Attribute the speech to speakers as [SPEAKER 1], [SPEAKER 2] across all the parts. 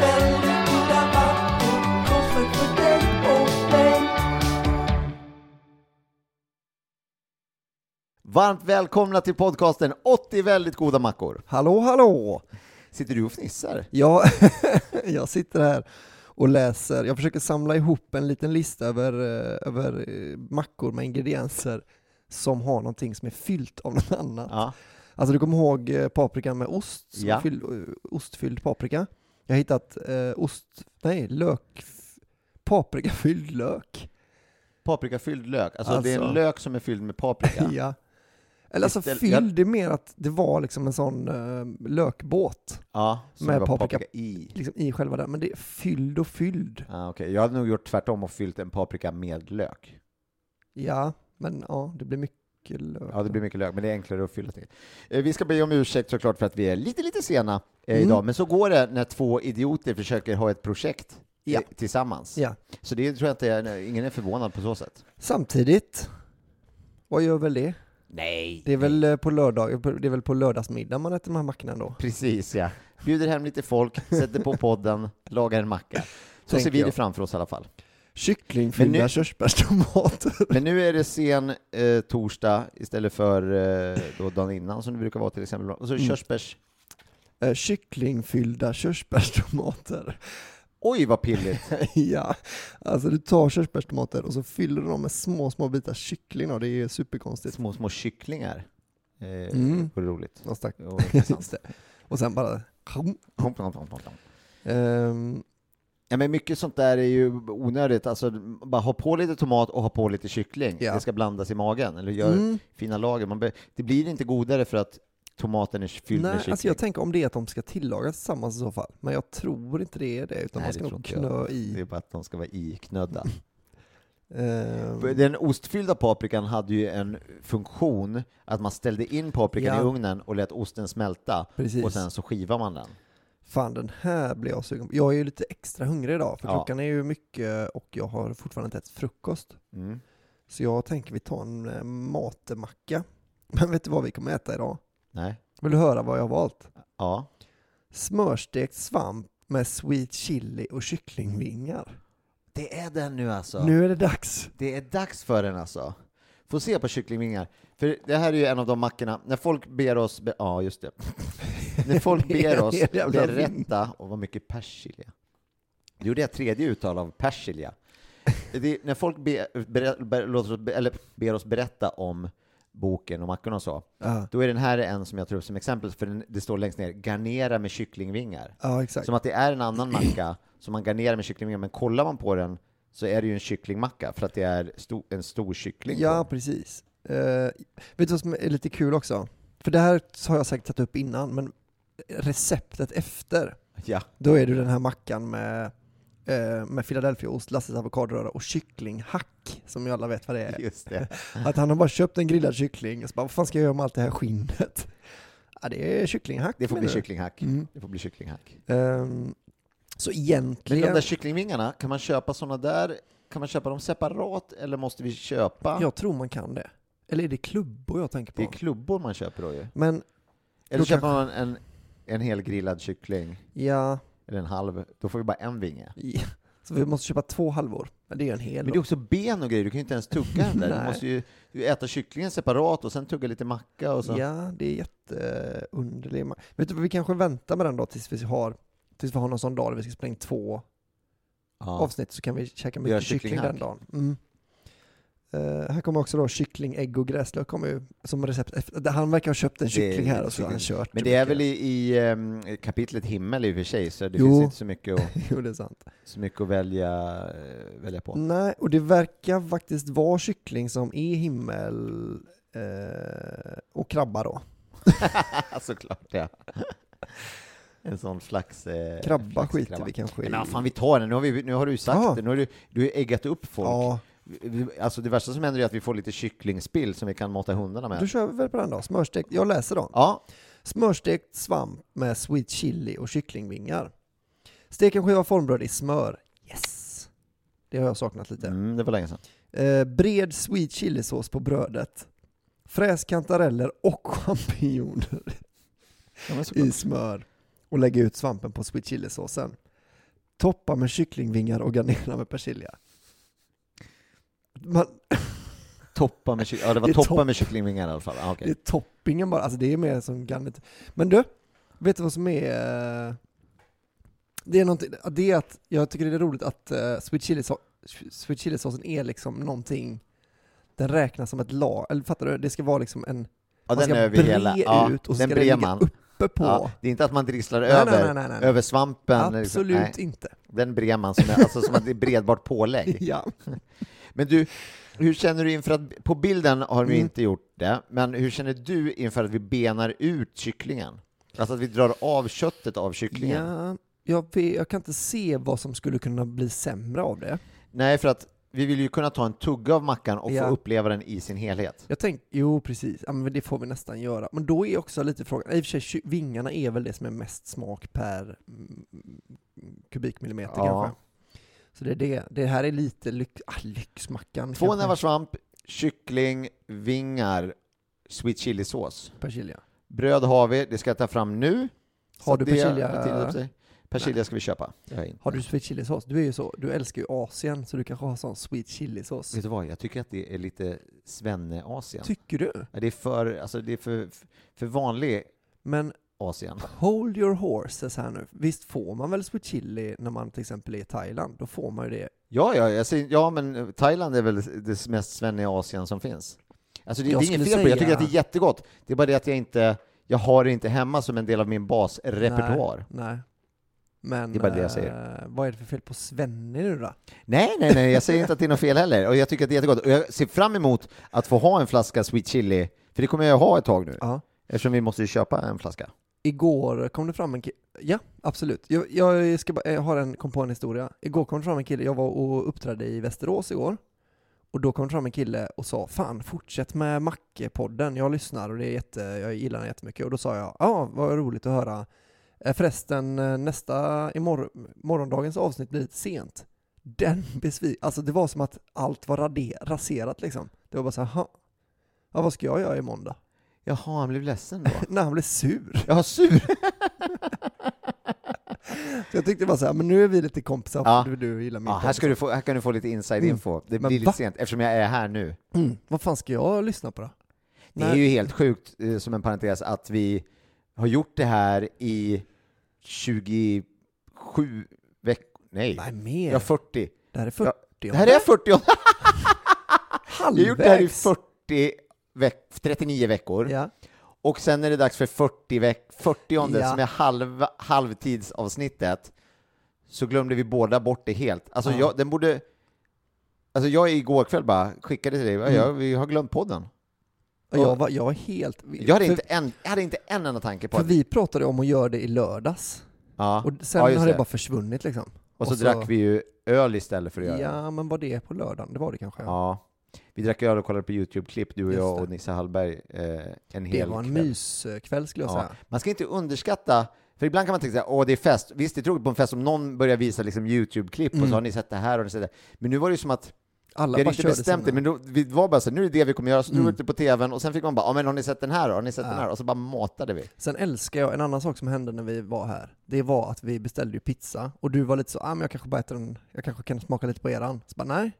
[SPEAKER 1] väldigt goda mackor, konstverk för dig och mig.
[SPEAKER 2] Varmt välkomna till podcasten 80 väldigt goda mackor.
[SPEAKER 3] Hallå, hallå!
[SPEAKER 2] Sitter du och fnissar?
[SPEAKER 3] Jag, jag sitter här och läser, jag försöker samla ihop en liten lista över, eh, över eh, mackor med ingredienser som har någonting som är fyllt av något annat.
[SPEAKER 2] Ja.
[SPEAKER 3] Alltså du kommer ihåg eh, paprika med ost? som
[SPEAKER 2] Ja.
[SPEAKER 3] fyll- eh, ostfylld paprika? Jag har hittat eh, ost, nej, lök, paprikafylld lök.
[SPEAKER 2] Paprikafylld lök, alltså, det är en
[SPEAKER 3] Alltså.
[SPEAKER 2] lök som är fylld med paprika.
[SPEAKER 3] Ja. Eller alltså
[SPEAKER 2] Istället-
[SPEAKER 3] fylld, det är mer att det var liksom en sån eh, lökbåt
[SPEAKER 2] Ja, som
[SPEAKER 3] Med
[SPEAKER 2] det var
[SPEAKER 3] paprika.
[SPEAKER 2] i.
[SPEAKER 3] liksom i själva den, men det är fylld och fylld.
[SPEAKER 2] Ah, okej. Jag hade nog gjort tvärtom och fyllt en paprika med lök.
[SPEAKER 3] Ja, men ja, det blir mycket lök.
[SPEAKER 2] Ja, det blir mycket lök, men det är enklare att fylla till. Eh, Vi ska be om ursäkt såklart för att vi är lite, lite sena eh,
[SPEAKER 3] Mm.
[SPEAKER 2] idag, men så går det när två idioter försöker ha ett projekt eh,
[SPEAKER 3] Ja.
[SPEAKER 2] tillsammans.
[SPEAKER 3] Ja.
[SPEAKER 2] Så det tror jag inte, är- nej, ingen är förvånad på så sätt.
[SPEAKER 3] Samtidigt, vad gör väl det?
[SPEAKER 2] Nej.
[SPEAKER 3] Det är väl eh, på, lördag, det är väl på lördagsmiddag man äter de här mackorna då?
[SPEAKER 2] Precis ja. Bjuder hem lite folk, sätter på podden, lagar en macka. Så
[SPEAKER 3] Tänker
[SPEAKER 2] ser vi det
[SPEAKER 3] jag.
[SPEAKER 2] framför oss i alla fall. Men
[SPEAKER 3] Kycklingfyllda
[SPEAKER 2] nu-
[SPEAKER 3] körsbärstomater.
[SPEAKER 2] Men nu är det sen eh, torsdag istället för eh, då dagen innan som det brukar vara till exempel. Och så är det
[SPEAKER 3] Mm.
[SPEAKER 2] körsbärs...
[SPEAKER 3] Eh, Kycklingfyllda körsbärstomater.
[SPEAKER 2] Oj vad pilligt!
[SPEAKER 3] ja, alltså du tar körsbärstomater och så fyller du dem med små, små bitar kyckling då. Det är superkonstigt.
[SPEAKER 2] Små, små kycklingar. Eh,
[SPEAKER 3] Mm.
[SPEAKER 2] Vad roligt.
[SPEAKER 3] Och stack-
[SPEAKER 2] Och intressant.
[SPEAKER 3] Just det. Och sen bara...
[SPEAKER 2] Pom, pom, pom, pom, pom.
[SPEAKER 3] Ehm,
[SPEAKER 2] Ja, men mycket sånt där är ju onödigt. Alltså, bara ha på lite tomat och ha på lite kyckling.
[SPEAKER 3] Ja.
[SPEAKER 2] Det ska blandas i magen, eller gör
[SPEAKER 3] mm.
[SPEAKER 2] fina lager. Man be- det blir inte godare för att tomaten är fylld med
[SPEAKER 3] Nej,
[SPEAKER 2] kyckling.
[SPEAKER 3] alltså jag tänker om det är att de ska tillagas tillsammans i så fall. Men jag tror inte det är det, utan
[SPEAKER 2] Nej,
[SPEAKER 3] man
[SPEAKER 2] det
[SPEAKER 3] ska
[SPEAKER 2] tror
[SPEAKER 3] nog
[SPEAKER 2] inte jag.
[SPEAKER 3] knö
[SPEAKER 2] Det
[SPEAKER 3] i.
[SPEAKER 2] är bara att de ska vara iknödda.
[SPEAKER 3] ehm,
[SPEAKER 2] Den ostfyllda paprikan hade ju en funktion att man ställde in paprikan
[SPEAKER 3] Ja.
[SPEAKER 2] i ugnen och lät osten smälta
[SPEAKER 3] Precis.
[SPEAKER 2] och sen så skivar man den.
[SPEAKER 3] Fan den här blir jag sugen på. Jag är ju lite extra hungrig idag, för
[SPEAKER 2] Ja.
[SPEAKER 3] klockan är ju mycket och jag har fortfarande inte ätit frukost.
[SPEAKER 2] Mm.
[SPEAKER 3] Så jag tänker vi tar en eh, matemacka. Men vet du vad vi kommer äta idag?
[SPEAKER 2] Nej.
[SPEAKER 3] Vill du höra vad jag har valt?
[SPEAKER 2] Ja.
[SPEAKER 3] Smörstekt svamp med sweet chili och kycklingvingar.
[SPEAKER 2] Det är den nu alltså.
[SPEAKER 3] Nu är det dags!
[SPEAKER 2] Det är dags för den alltså. Få se på kycklingvingar. För det här är ju en av de mackorna, när folk ber oss, be, ja just det. när folk ber oss
[SPEAKER 3] Hela jävla vin.
[SPEAKER 2] berätta om vad mycket persilja. Nu gjorde jag tredje uttal av persilja. Det, är- när folk be, ber, ber, låter, oss be- eller ber oss berätta om boken och mackorna och så,
[SPEAKER 3] Ja,
[SPEAKER 2] då är den här en som jag tror som exempel, för den, det står längst ner, garnera med kycklingvingar.
[SPEAKER 3] ja exakt.
[SPEAKER 2] Som att det är en annan macka som man garnerar med kycklingvingar, men kollar man på den så är det ju en kycklingmacka för att det är sto- en stor kyckling.
[SPEAKER 3] Ja,
[SPEAKER 2] på.
[SPEAKER 3] precis. Eh, vet du vad som är lite kul också? För det här har jag säkert tagit upp innan, men receptet efter,
[SPEAKER 2] ja.
[SPEAKER 3] då är det den här mackan med eh, med Philadelphiaost, Lasses avokadoröra och kycklinghack, som ju alla vet vad det är.
[SPEAKER 2] Just det.
[SPEAKER 3] Att han har bara köpt en grillad kyckling och så bara, vad fan ska jag göra med allt det här skinnet? Ja, det är kycklinghack
[SPEAKER 2] Det får bli
[SPEAKER 3] menar du?
[SPEAKER 2] kycklinghack.
[SPEAKER 3] Mm.
[SPEAKER 2] Det får bli kycklinghack.
[SPEAKER 3] Ehm, så
[SPEAKER 2] Men
[SPEAKER 3] egentligen...
[SPEAKER 2] de där kycklingvingarna, kan man köpa sådana där? Kan man köpa dem separat eller måste vi köpa?
[SPEAKER 3] Jag tror man kan det. Eller är det klubbor jag tänker på?
[SPEAKER 2] Det är klubbor man köper då ju.
[SPEAKER 3] Men
[SPEAKER 2] Eller
[SPEAKER 3] Då
[SPEAKER 2] köper man en, en hel grillad kyckling,
[SPEAKER 3] ja,
[SPEAKER 2] eller en halv, då får vi bara en vinge.
[SPEAKER 3] ja. så vi måste köpa två halvor. Men det är ju en hel.
[SPEAKER 2] Men det är också ben och grejer, du kan ju inte ens tugga den där. Du
[SPEAKER 3] Nej.
[SPEAKER 2] måste ju du äta kycklingen separat och sen tugga lite macka och så.
[SPEAKER 3] Ja, det är jätteunderlig. ma- Vet du vad, vi kanske väntar med den då tills vi har, tills vi har någon sån dag där vi ska spela in två
[SPEAKER 2] Ja.
[SPEAKER 3] avsnitt så kan vi käka
[SPEAKER 2] Göra
[SPEAKER 3] mycket kyckling den
[SPEAKER 2] kycklinghack.
[SPEAKER 3] dagen. Mm. Eh, här kommer också då kyckling, ägg och gräslök kommer ju som recept. efter- Han verkar ha köpt en
[SPEAKER 2] Det är
[SPEAKER 3] kyckling här och så har han
[SPEAKER 2] kyckling.
[SPEAKER 3] kört.
[SPEAKER 2] Men det är
[SPEAKER 3] mycket.
[SPEAKER 2] väl i, i ehm, kapitlet himmel i och för sig, så det
[SPEAKER 3] Jo.
[SPEAKER 2] finns inte så mycket att,
[SPEAKER 3] Jo, det är sant.
[SPEAKER 2] så mycket att välja, eh, välja på.
[SPEAKER 3] Nej, och det verkar faktiskt vara kyckling som är himmel eh, och krabba då.
[SPEAKER 2] Såklart ja. En sån slags... Eh,
[SPEAKER 3] Krabba
[SPEAKER 2] slags
[SPEAKER 3] skiter
[SPEAKER 2] krabba.
[SPEAKER 3] vi kanske i.
[SPEAKER 2] Men ja, fan vi tar den, nu har, vi, nu har du ju sagt
[SPEAKER 3] Ja.
[SPEAKER 2] det, nu har du, du har eggat upp folk.
[SPEAKER 3] Ja,
[SPEAKER 2] Vi- Alltså det värsta som händer är att vi får lite kycklingspill som vi kan mata hundarna med.
[SPEAKER 3] då kör vi väl på den då. Smörstekt, jag läser då.
[SPEAKER 2] Ja,
[SPEAKER 3] Smörstekt svamp med sweet chili och kycklingvingar. Stek en skiva formbröd i smör. Yes! Det har jag saknat lite.
[SPEAKER 2] mm, det var länge sedan.
[SPEAKER 3] Eh, bred sweet chili-sås på brödet. Fräs kantareller och champinjoner
[SPEAKER 2] Ja, men
[SPEAKER 3] i smör och lägg ut svampen på sweet chili-såsen. Toppa med kycklingvingar och garnera med persilja. Man,
[SPEAKER 2] Toppa med, kyck- ja, det var
[SPEAKER 3] Det är
[SPEAKER 2] toppa
[SPEAKER 3] topp.
[SPEAKER 2] med kycklingvingar i alla fall. Ah,
[SPEAKER 3] Det
[SPEAKER 2] okay.
[SPEAKER 3] är toppingen bara, alltså det är mer som garnet. Men du, vet du vad som är... eh, Det är någonting, det är att jag tycker det är roligt att uh, sweet chili så- sweet chili-såsen är liksom någonting, den räknas som ett lag, eller fattar du? Det ska vara liksom en,
[SPEAKER 2] ja,
[SPEAKER 3] man ska
[SPEAKER 2] den övergälla.
[SPEAKER 3] bre
[SPEAKER 2] Ja,
[SPEAKER 3] ut och så
[SPEAKER 2] den
[SPEAKER 3] ska den
[SPEAKER 2] brer
[SPEAKER 3] ligga
[SPEAKER 2] man.
[SPEAKER 3] uppe på.
[SPEAKER 2] Ja, det är inte att man drisslar
[SPEAKER 3] Nej,
[SPEAKER 2] över,
[SPEAKER 3] nej, nej, nej, nej.
[SPEAKER 2] över svampen. liksom.
[SPEAKER 3] Absolut
[SPEAKER 2] Nej,
[SPEAKER 3] inte.
[SPEAKER 2] den brer man som, alltså, som att det är bredbart pålägg.
[SPEAKER 3] Ja.
[SPEAKER 2] Men du, hur känner du inför att, på bilden har vi
[SPEAKER 3] Mm.
[SPEAKER 2] inte gjort det, men hur känner du inför att vi benar ut kycklingen? Alltså att vi drar av köttet av kycklingen?
[SPEAKER 3] ja jag, vet, jag kan inte se vad som skulle kunna bli sämre av det.
[SPEAKER 2] Nej, för att vi vill ju kunna ta en tugga av mackan och
[SPEAKER 3] Ja.
[SPEAKER 2] få uppleva den i sin helhet.
[SPEAKER 3] Jag tänker, jo precis, ja, men det får vi nästan göra. Men då är också lite frågan, i och för sig ky- vingarna är väl det som är mest smak per mm, kubikmillimeter
[SPEAKER 2] Ja.
[SPEAKER 3] kanske. Så det är det, det här är lite lyx, ah, lyxmackan.
[SPEAKER 2] Två
[SPEAKER 3] kanske,
[SPEAKER 2] nävar svamp, kyckling, vingar, sweet chili-sås.
[SPEAKER 3] Persilja.
[SPEAKER 2] Bröd har vi, det ska jag ta fram nu.
[SPEAKER 3] Har
[SPEAKER 2] Så
[SPEAKER 3] du
[SPEAKER 2] det-
[SPEAKER 3] persilja?
[SPEAKER 2] tiden är upp sig. Persilja ska vi köpa. Det har jag inte.
[SPEAKER 3] Har du sweet chili sås? Du är ju så, du älskar ju Asien så du kanske har sån sweet chili sås.
[SPEAKER 2] Vet du vad, jag tycker att det är lite svenne-Asien.
[SPEAKER 3] Tycker du?
[SPEAKER 2] Ja, det är för, alltså det är för, för vanlig
[SPEAKER 3] Men
[SPEAKER 2] Asien.
[SPEAKER 3] hold your horses här nu. Visst får man väl sweet chili när man till exempel är i Thailand? Då får man ju det.
[SPEAKER 2] Ja, ja, jag säger, ja, men Thailand är väl det mest svenne-Asien som finns. Alltså det, det
[SPEAKER 3] Jag
[SPEAKER 2] är inget fel
[SPEAKER 3] skulle
[SPEAKER 2] på det, jag
[SPEAKER 3] säga-
[SPEAKER 2] tycker att det är jättegott. Det är bara det att jag inte, jag har det inte hemma som en del av min basrepertoar.
[SPEAKER 3] Nej. nej. Men
[SPEAKER 2] Det är bara det jag säger.
[SPEAKER 3] eh, vad är det för fel på Svenne nu då?
[SPEAKER 2] Nej, nej, nej, jag säger inte att det är något fel heller. Och jag tycker att det är jättegott. Och jag ser fram emot att få ha en flaska sweet chili, för det kommer jag ha ett tag nu.
[SPEAKER 3] Ja.
[SPEAKER 2] Eftersom vi måste ju köpa en flaska.
[SPEAKER 3] Igår kom det fram en kille, ja absolut. Jag, jag, ska bara, jag har en, kom på en historia. Igår kom det fram en kille, jag var och uppträdde i Västerås igår. Och då kom det fram en kille och sa Fan, fortsätt med Macke-podden, jag lyssnar och det är jätte, jag gillar den jättemycket. Och då sa jag, ja vad roligt att höra. Eh, Förresten, eh, nästa, imorgon, morgondagens avsnitt blir lite sent. Den besvi... Alltså det var som att allt var rader, raserat liksom. Det var bara så här, "Jaha. ja vad ska jag göra i måndag?
[SPEAKER 2] Jaha, han blev ledsen då.
[SPEAKER 3] När han blev sur.
[SPEAKER 2] Jag har sur.
[SPEAKER 3] Så jag tyckte bara så här, men nu är vi lite kompisar
[SPEAKER 2] Ja.
[SPEAKER 3] för du, du gillar min
[SPEAKER 2] Ja, här, ska du få, här kan du få lite inside
[SPEAKER 3] Mm.
[SPEAKER 2] info. Det
[SPEAKER 3] Men
[SPEAKER 2] blir lite
[SPEAKER 3] va?
[SPEAKER 2] sent, eftersom jag är här nu.
[SPEAKER 3] mm. Vad fan ska jag lyssna på då?
[SPEAKER 2] Det är
[SPEAKER 3] Nej.
[SPEAKER 2] ju helt sjukt, eh, som en parentes, att vi har gjort det här i 27 veckor. Nej,
[SPEAKER 3] Nej, mer.
[SPEAKER 2] jag är 40.
[SPEAKER 3] det här är 40.
[SPEAKER 2] Det här är 40 Jag
[SPEAKER 3] halvvägs.
[SPEAKER 2] har gjort det här i 40 veck 39 veckor.
[SPEAKER 3] Ja.
[SPEAKER 2] Och sen är det dags för 40 veck 40
[SPEAKER 3] Ja.
[SPEAKER 2] som är halv, halvtidsavsnittet. Så glömde vi båda bort det helt. Alltså
[SPEAKER 3] Ja.
[SPEAKER 2] jag, den borde... Alltså jag igår kväll bara skickade till dig,
[SPEAKER 3] Mm.
[SPEAKER 2] "Ja, jag, vi har glömt podden.
[SPEAKER 3] Och jag, var, jag var helt...
[SPEAKER 2] Jag hade,
[SPEAKER 3] för,
[SPEAKER 2] inte en, jag hade inte en enda tanke på
[SPEAKER 3] för
[SPEAKER 2] att...
[SPEAKER 3] vi pratade om att göra det i lördags.
[SPEAKER 2] Ja,
[SPEAKER 3] Och sen
[SPEAKER 2] ja, just
[SPEAKER 3] har det, bara försvunnit liksom.
[SPEAKER 2] Och så,
[SPEAKER 3] Och så-
[SPEAKER 2] drack vi ju öl istället för att göra det.
[SPEAKER 3] Ja, men var det på lördagen? Det var det kanske?
[SPEAKER 2] Ja. Vi drack öl och kollade på YouTube-klipp, du och
[SPEAKER 3] Just
[SPEAKER 2] jag och
[SPEAKER 3] det.
[SPEAKER 2] Nisse Hallberg, eh, en
[SPEAKER 3] det
[SPEAKER 2] hel
[SPEAKER 3] var en
[SPEAKER 2] kväll.
[SPEAKER 3] myskväll skulle jag
[SPEAKER 2] Ja.
[SPEAKER 3] säga.
[SPEAKER 2] Man ska inte underskatta, för ibland kan man tänka att åh det är fest. Visst, det är tråkigt på en fest om någon börjar visa liksom, YouTube-klipp och så har ni sett det här och ni sett det. Men nu var det ju som att
[SPEAKER 3] Mm. Alla
[SPEAKER 2] vi hade
[SPEAKER 3] bara
[SPEAKER 2] inte
[SPEAKER 3] körde
[SPEAKER 2] bestämt det,
[SPEAKER 3] sina. Mm.
[SPEAKER 2] men då, vi var bara så här, nu är det det vi kommer göra, så drog vi upp det på tvn och sen fick man bara, ja men har ni sett den här då? Har ni sett den här? Och så bara matade vi.
[SPEAKER 3] Sen älskar jag, en annan sak som hände när vi var här, det var att vi beställde ju pizza och du var lite så, ah, men jag kanske bara äter en, jag kanske kan smaka lite på eran. Så bara, nej,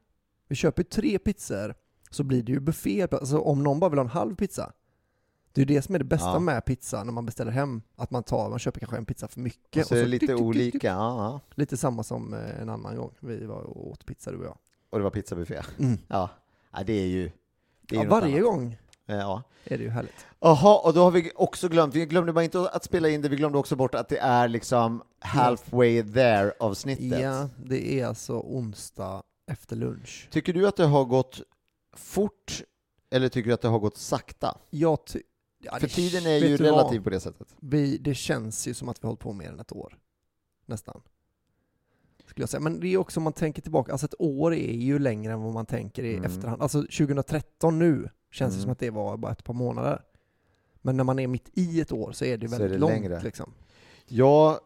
[SPEAKER 3] vi köper ju tre pizzor så blir det ju buffé, alltså om någon bara vill ha en halv pizza. Det är ju det som är det bästa
[SPEAKER 2] Ja.
[SPEAKER 3] med pizza när man beställer hem, att man tar, man köper kanske en pizza för mycket.
[SPEAKER 2] Och så är Alltså, det
[SPEAKER 3] dyk,
[SPEAKER 2] lite
[SPEAKER 3] dyk, dyk, dyk.
[SPEAKER 2] olika, ja, ja.
[SPEAKER 3] Lite samma som eh, en annan gång, vi var och åt pizza du och jag.
[SPEAKER 2] Och det var pizzabuffé.
[SPEAKER 3] Mm.
[SPEAKER 2] Ja. ja, det är ju... Det är
[SPEAKER 3] Ja,
[SPEAKER 2] ju något
[SPEAKER 3] varje
[SPEAKER 2] annat.
[SPEAKER 3] gång
[SPEAKER 2] Eh, Ja.
[SPEAKER 3] är det ju härligt.
[SPEAKER 2] Jaha, och då har vi också glömt, vi glömde bara inte att spela in det, vi glömde också bort att det är liksom halfway there avsnittet.
[SPEAKER 3] Ja, det är alltså onsdag efter lunch.
[SPEAKER 2] Tycker du att det har gått fort eller tycker du att det har gått sakta?
[SPEAKER 3] Jag ty- ja,
[SPEAKER 2] För
[SPEAKER 3] det-
[SPEAKER 2] tiden är
[SPEAKER 3] vet
[SPEAKER 2] ju
[SPEAKER 3] du vad?
[SPEAKER 2] relativ på det sättet.
[SPEAKER 3] Vi, det känns ju som att vi har hållit på mer än ett år. Nästan. Skulle jag säga. Men det är också om man tänker tillbaka, alltså ett år är ju längre än vad man tänker i
[SPEAKER 2] Mm.
[SPEAKER 3] efterhand. Alltså 2013 nu känns det
[SPEAKER 2] Mm.
[SPEAKER 3] som att det var bara ett par månader. Men när man är mitt i ett år så är det
[SPEAKER 2] Så är
[SPEAKER 3] väldigt
[SPEAKER 2] det
[SPEAKER 3] långt
[SPEAKER 2] längre.
[SPEAKER 3] liksom.
[SPEAKER 2] Jag,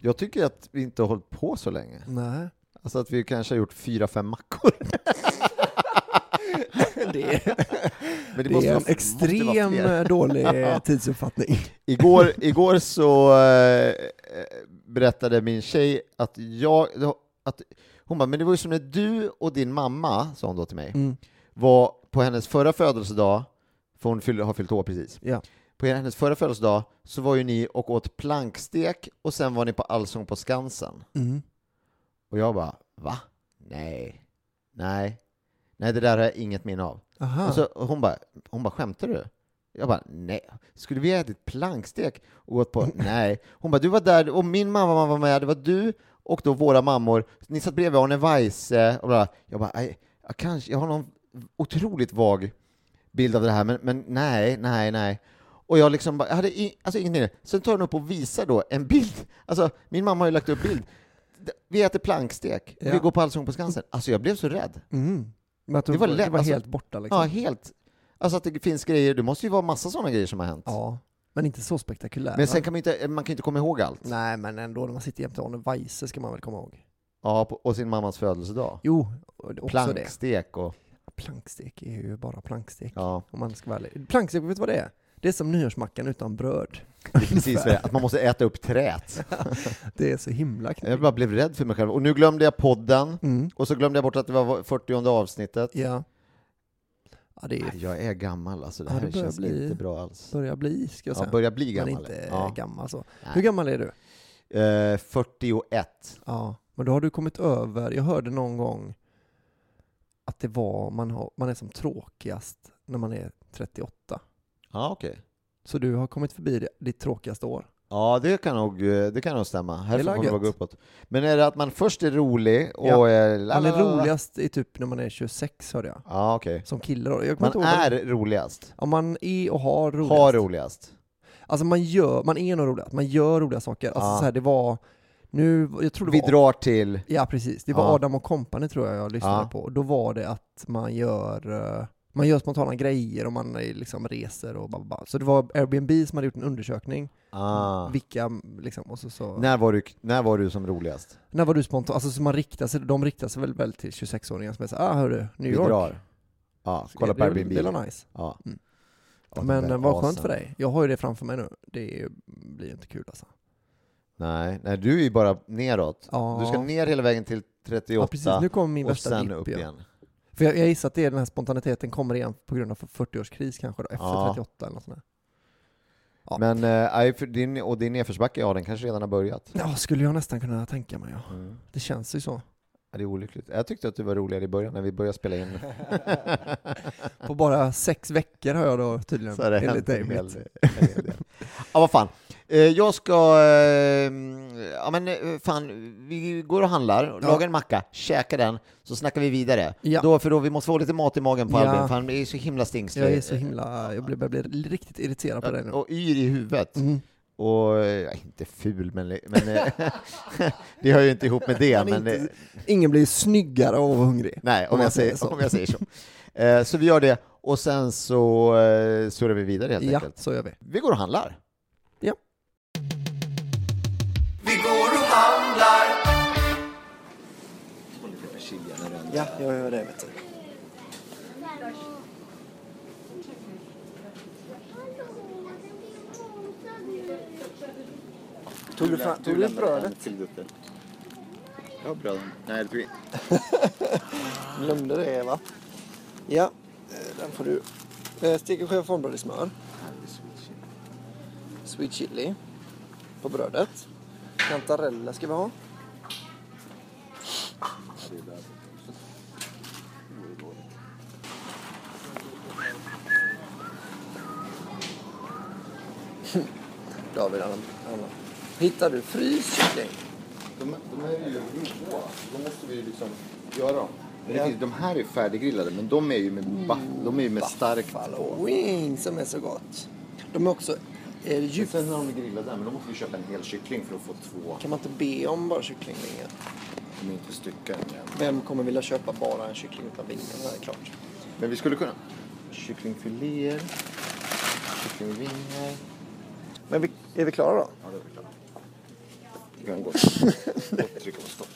[SPEAKER 2] jag tycker att vi inte har hållit på så länge.
[SPEAKER 3] Nej.
[SPEAKER 2] Alltså att vi kanske har gjort fyra, fem mackor.
[SPEAKER 3] Det är,
[SPEAKER 2] Men
[SPEAKER 3] det är en
[SPEAKER 2] måste vara
[SPEAKER 3] extrem eh,
[SPEAKER 2] fler.
[SPEAKER 3] dålig tidsuppfattning.
[SPEAKER 2] Igår, igår så eh, eh, berättade min tjej att jag... Att, hon bara, men det var ju som när du och din mamma, sa hon då till mig,
[SPEAKER 3] Mm.
[SPEAKER 2] var på hennes förra födelsedag, för hon fyllde, har fyllt år precis,
[SPEAKER 3] Ja.
[SPEAKER 2] på hennes förra födelsedag så var ju ni och åt plankstek och sen var ni på Allsång på Skansen.
[SPEAKER 3] Mm.
[SPEAKER 2] Och jag bara, va? Nej. Nej. Nej, det där har jag inget minne av.
[SPEAKER 3] Aha.
[SPEAKER 2] Och så, och hon bara, hon bara, skämtar du? Jag bara, nej. Skulle vi ha ätit plankstek och gått på? Nej. Hon bara, du var där och min mamma var med, det var du och då våra mammor. Ni satt bredvid Arne Weise och bla. Jag bara, nej, jag kanske, jag har någon otroligt vag bild av det här, men, men nej, nej, nej. Och jag liksom bara, jag hade i, alltså inget minne. Sen tar hon upp och visar då en bild. Alltså, min mamma har ju lagt upp bild. Vi äter plankstek, vi
[SPEAKER 3] Ja.
[SPEAKER 2] går på Allsång på Skansen. Alltså jag blev så rädd.
[SPEAKER 3] Mm. Men att det,
[SPEAKER 2] Det var
[SPEAKER 3] var, det
[SPEAKER 2] lätt,
[SPEAKER 3] var
[SPEAKER 2] alltså.
[SPEAKER 3] helt borta liksom.
[SPEAKER 2] Ja, helt. Alltså att det finns grejer, det måste ju vara massa sådana grejer som har hänt.
[SPEAKER 3] Ja, men inte så spektakulärt.
[SPEAKER 2] Men sen kan man ju inte, man kan ju inte komma ihåg allt.
[SPEAKER 3] Nej, men ändå när man sitter jämte Arne Weise ska man väl komma ihåg.
[SPEAKER 2] Ja, på- och sin mammas födelsedag.
[SPEAKER 3] Jo, och också det.
[SPEAKER 2] Plankstek och...
[SPEAKER 3] Plankstek är ju bara plankstek.
[SPEAKER 2] Ja,
[SPEAKER 3] Om man ska vara ärlig. Plankstek, vet du vad det är? Det är som nyårsmackan utan bröd.
[SPEAKER 2] det är precis det. Att man måste äta upp trät.
[SPEAKER 3] Det är så himla
[SPEAKER 2] Jag
[SPEAKER 3] knäppt.
[SPEAKER 2] bara blev rädd för mig själv. Och nu glömde jag podden.
[SPEAKER 3] Mm.
[SPEAKER 2] Och så glömde jag bort att det var 40 avsnittet.
[SPEAKER 3] Ja. Ja, det
[SPEAKER 2] Nej,
[SPEAKER 3] är,
[SPEAKER 2] Jag är gammal alltså, det
[SPEAKER 3] Ja,
[SPEAKER 2] här
[SPEAKER 3] du börjar
[SPEAKER 2] känns
[SPEAKER 3] bli-
[SPEAKER 2] inte bra alls.
[SPEAKER 3] börjar bli, ska jag säga.
[SPEAKER 2] Jag börjar bli
[SPEAKER 3] men
[SPEAKER 2] gammal.
[SPEAKER 3] inte
[SPEAKER 2] ja.
[SPEAKER 3] gammal så.
[SPEAKER 2] Nej.
[SPEAKER 3] Hur gammal är du?
[SPEAKER 2] Eh, 41.
[SPEAKER 3] Ja, men då har du kommit över, jag hörde någon gång att det var, man, har, man är som tråkigast när man är 38.
[SPEAKER 2] Ja, okej.
[SPEAKER 3] Så du har kommit förbi det- ditt tråkigaste år.
[SPEAKER 2] Ja, det kan nog, eh, det kan nog stämma. Här
[SPEAKER 3] Det
[SPEAKER 2] får
[SPEAKER 3] är
[SPEAKER 2] man
[SPEAKER 3] gött.
[SPEAKER 2] gå uppåt. Men är det att man först är rolig och eh,
[SPEAKER 3] Ja.
[SPEAKER 2] är...
[SPEAKER 3] Man är
[SPEAKER 2] lalalala?
[SPEAKER 3] roligast i typ när man är 26 hörde jag.
[SPEAKER 2] Ja, okej.
[SPEAKER 3] Som kille då. Jag kommer
[SPEAKER 2] Man
[SPEAKER 3] inte ihåg vad-
[SPEAKER 2] är roligast.
[SPEAKER 3] Ja, man är och har roligast.
[SPEAKER 2] Har roligast.
[SPEAKER 3] Alltså man gör, man är nog roligast. Man gör roliga saker. Alltså
[SPEAKER 2] Ja.
[SPEAKER 3] så här, det var, nu, jag tror det
[SPEAKER 2] Vi
[SPEAKER 3] var...
[SPEAKER 2] drar till...
[SPEAKER 3] Ja precis, det var
[SPEAKER 2] Ja.
[SPEAKER 3] Adam och Company tror jag jag lyssnade
[SPEAKER 2] Ja.
[SPEAKER 3] på. Då var det att man gör, eh, man gör spontana grejer och man eh, liksom reser och bara, bara. Så det var Airbnb som hade gjort en undersökning.
[SPEAKER 2] Ah.
[SPEAKER 3] Vilka liksom, och så, så.
[SPEAKER 2] När, var du, när var du som roligast?
[SPEAKER 3] När var du spontan? Alltså så man riktar sig, de riktar sig väl, väl till 26-åringar som är såhär, ah hörru, New
[SPEAKER 2] Vi
[SPEAKER 3] York.
[SPEAKER 2] drar. Ja, kolla på
[SPEAKER 3] det, det, det
[SPEAKER 2] Airbnb.
[SPEAKER 3] är nice.
[SPEAKER 2] Ja.
[SPEAKER 3] Mm.
[SPEAKER 2] Ja, den
[SPEAKER 3] Men
[SPEAKER 2] där
[SPEAKER 3] eh, vad skönt
[SPEAKER 2] asen.
[SPEAKER 3] för dig. Jag har ju det framför mig nu. Det är- blir ju inte kul alltså.
[SPEAKER 2] Nej, nej, du är ju bara neråt.
[SPEAKER 3] Ja.
[SPEAKER 2] Du ska ner hela vägen till 38
[SPEAKER 3] Ja precis, nu kommer min
[SPEAKER 2] och
[SPEAKER 3] värsta
[SPEAKER 2] sen
[SPEAKER 3] dipp
[SPEAKER 2] upp
[SPEAKER 3] ju.
[SPEAKER 2] igen.
[SPEAKER 3] För jag, jag gissar att det är den här spontaniteten kommer igen på grund av 40-årskris kanske då, efter
[SPEAKER 2] Ja.
[SPEAKER 3] 38 eller något sånt där. Ja.
[SPEAKER 2] Men eh, nej, för din, och din nedförsbacke, ja den kanske redan har börjat.
[SPEAKER 3] Ja, skulle jag nästan kunna tänka mig ja.
[SPEAKER 2] Mm.
[SPEAKER 3] Det känns ju så.
[SPEAKER 2] Ja, det är olyckligt. Jag tyckte att du var roligare i början när vi började spela in.
[SPEAKER 3] På bara sex veckor har jag då tydligen,
[SPEAKER 2] Så har det
[SPEAKER 3] enligt
[SPEAKER 2] hänt
[SPEAKER 3] dig.
[SPEAKER 2] en hel,
[SPEAKER 3] mitt.
[SPEAKER 2] en hel del. Ja, vad fan. Eh, Jag ska... eh, Ja, men eh, fan, vi går och handlar, lagar en macka, käkar den, så snackar vi vidare.
[SPEAKER 3] Ja.
[SPEAKER 2] Då, för då, vi måste få lite mat i magen på
[SPEAKER 3] Ja.
[SPEAKER 2] Albin, för han är så himla stingslig.
[SPEAKER 3] Jag är så himla, jag blir- börjar bli riktigt irriterad på dig nu.
[SPEAKER 2] Och eh, yr i huvudet.
[SPEAKER 3] Mm.
[SPEAKER 4] Och, ja, inte ful, men, men eh, det hör ju inte ihop med det.
[SPEAKER 3] Man är
[SPEAKER 4] Men, eh,
[SPEAKER 3] inte, ingen blir snyggare av att vara hungrig.
[SPEAKER 4] nej, om,
[SPEAKER 3] man
[SPEAKER 4] jag säger, om jag säger så. Eh, så vi gör det, och sen så eh, surrar vi vidare helt
[SPEAKER 3] Ja,
[SPEAKER 4] enkelt.
[SPEAKER 3] så gör vi.
[SPEAKER 4] Vi går och handlar.
[SPEAKER 3] Ja.
[SPEAKER 5] Vi går och handlar.
[SPEAKER 3] Ja, jag gör det. Vet du. Tog du, fram, tog du brödet?
[SPEAKER 1] Till gutten. Ja, bröden. Nej, det tog jag inte.
[SPEAKER 3] Glömde det, va? Ja, eh, den får du. Eh, Stek en skiva formbröd i smör. Sweet chili på brödet. Kantarella ska vi ha. David, han, han, hittar du fryst kyckling?
[SPEAKER 1] De, de här är ju råa. De måste vi liksom göra dem. Men det finns, de här är färdiggrillade, men de är ju med,
[SPEAKER 3] Mm.
[SPEAKER 1] ba, de är ju med starkt på.
[SPEAKER 3] Wings som är så gott. De är också eh,
[SPEAKER 1] Men
[SPEAKER 3] djup...
[SPEAKER 1] Sen när de är grillade, men då måste vi köpa en hel kyckling för att få två.
[SPEAKER 3] Kan man inte be om bara kycklingvingar?
[SPEAKER 1] De är inte stycken igen.
[SPEAKER 3] Vem kommer vilja köpa bara en kyckling utan vingar? Det är klart.
[SPEAKER 1] Men vi skulle kunna. Kycklingfiléer, kycklingvingar.
[SPEAKER 3] Men vi, är vi klara då?
[SPEAKER 1] Ja, det är väl klart. Du kan gå. Och trycka på stopp.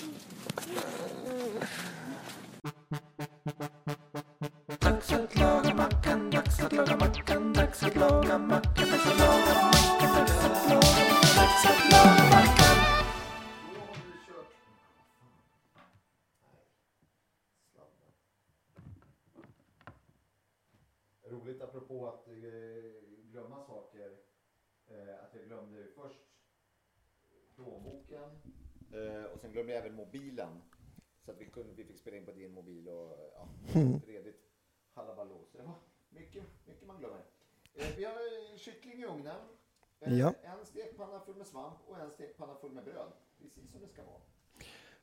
[SPEAKER 4] Roligt apropå att eh, glömma saker, eh, att jag glömde först plånboken eh, och sen glömde jag även mobilen. Så att vi, kunde, vi fick spela in på din mobil och ja, redigt halabaloo. Så det var mycket, mycket man glömmer. Eh, vi har eh, kyckling i ugnen, eh,
[SPEAKER 3] Ja.
[SPEAKER 4] en stekpanna full med svamp och en stekpanna full med bröd. Precis som det ska vara.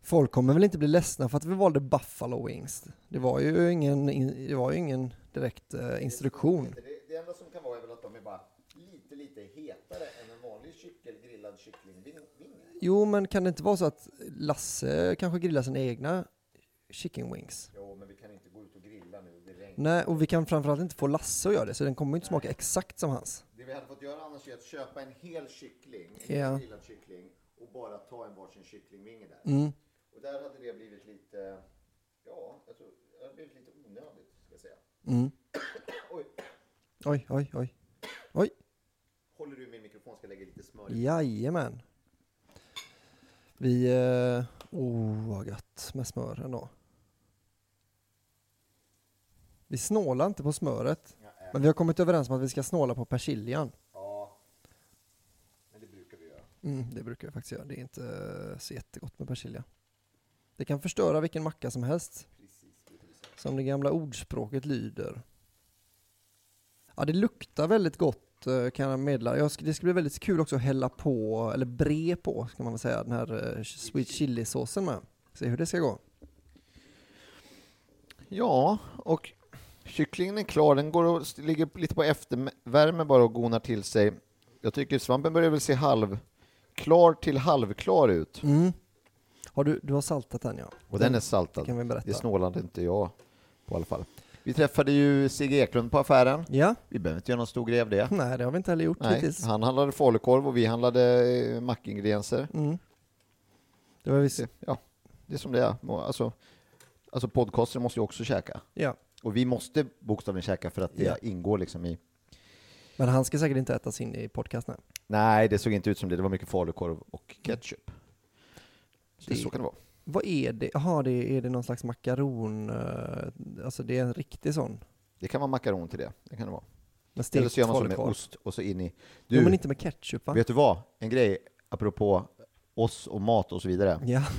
[SPEAKER 3] Folk kommer väl inte bli ledsna för att vi valde Buffalo Wings? Det var ju ingen, in- det var ju ingen direkt eh, instruktion.
[SPEAKER 4] Det, det enda som kan vara är väl att de är bara lite, lite hetare än en vanlig kyckel, grillad kycklingvinge.
[SPEAKER 3] Jo, men kan det inte vara så att Lasse kanske grillar sina egna chicken wings?
[SPEAKER 4] Jo, men vi kan inte gå ut och grilla nu. Det regnar.
[SPEAKER 3] Nej, och vi kan framförallt inte få Lasse att göra det, så den kommer ju inte smaka exakt som hans.
[SPEAKER 4] Det vi hade fått göra annars är att köpa en hel kyckling, en
[SPEAKER 3] Ja.
[SPEAKER 4] grillad kyckling och bara ta en varsin kycklingvinge där. Och där hade det blivit lite, ja, jag tror, det hade blivit lite onödigt, ska jag säga. Oj,
[SPEAKER 3] Oj, oj, oj. Oj,
[SPEAKER 4] håller du i min mikrofon ska jag lägga lite smör i.
[SPEAKER 3] jajamän. Vi... eh, Oh, vad gött med smör ändå. Vi snålar inte på smöret, men vi har kommit överens om att vi ska snåla på persiljan.
[SPEAKER 4] äh. Ja, men det brukar vi göra.
[SPEAKER 3] Mm, det brukar vi faktiskt göra. Det är inte eh, så jättegott med persilja. Det kan förstöra vilken macka som helst. Som det gamla ordspråket lyder. Ja, det luktar väldigt gott eh, kan jag meddela. Jag, sk- det ska bli väldigt kul också att hälla på, eller bre på, ska man väl säga, den här eh, sweet chili-såsen med. Se hur det ska gå.
[SPEAKER 4] Ja, och kycklingen är klar. Den går och st- ligger lite på eftervärme bara och gonar till sig. Jag tycker svampen börjar väl se halv klar till halvklar ut.
[SPEAKER 3] Har du, du har saltat den ja.
[SPEAKER 4] Och den är saltad.
[SPEAKER 3] kan vi berätta.
[SPEAKER 4] Det snålade inte jag på i alla fall. Vi träffade ju Sigge Eklund på affären.
[SPEAKER 3] Ja,
[SPEAKER 4] Vi behöver inte göra någon stor grej av det.
[SPEAKER 3] nej det har vi inte heller gjort
[SPEAKER 4] Nej,
[SPEAKER 3] hittills.
[SPEAKER 4] han handlade falukorv och vi handlade eh, mackingredienser.
[SPEAKER 3] Mm. Det var visst,
[SPEAKER 4] Det- Ja, det är som det är. Må- Alltså, alltså podcaster måste ju också käka.
[SPEAKER 3] ja.
[SPEAKER 4] Och vi måste bokstavligen käka för att det
[SPEAKER 3] Ja.
[SPEAKER 4] ingår liksom i...
[SPEAKER 3] Men han ska säkert inte ätas in i podcasten.
[SPEAKER 4] Nej, det såg inte ut som det. Det var mycket falukorv och ketchup. Så, det...
[SPEAKER 3] Mm. Det-
[SPEAKER 4] så kan det vara.
[SPEAKER 3] Vad är det? Jaha, det, är det någon slags makaron? eh, Alltså det är en riktig sån?
[SPEAKER 4] Det kan vara makaron till det. Det kan det vara.
[SPEAKER 3] Med
[SPEAKER 4] Eller så gör man så med
[SPEAKER 3] falukorv.
[SPEAKER 4] ost och så in i...
[SPEAKER 3] Jo, men inte med ketchup va?
[SPEAKER 4] Vet du vad? En grej apropå oss och mat och så vidare.
[SPEAKER 3] Ja,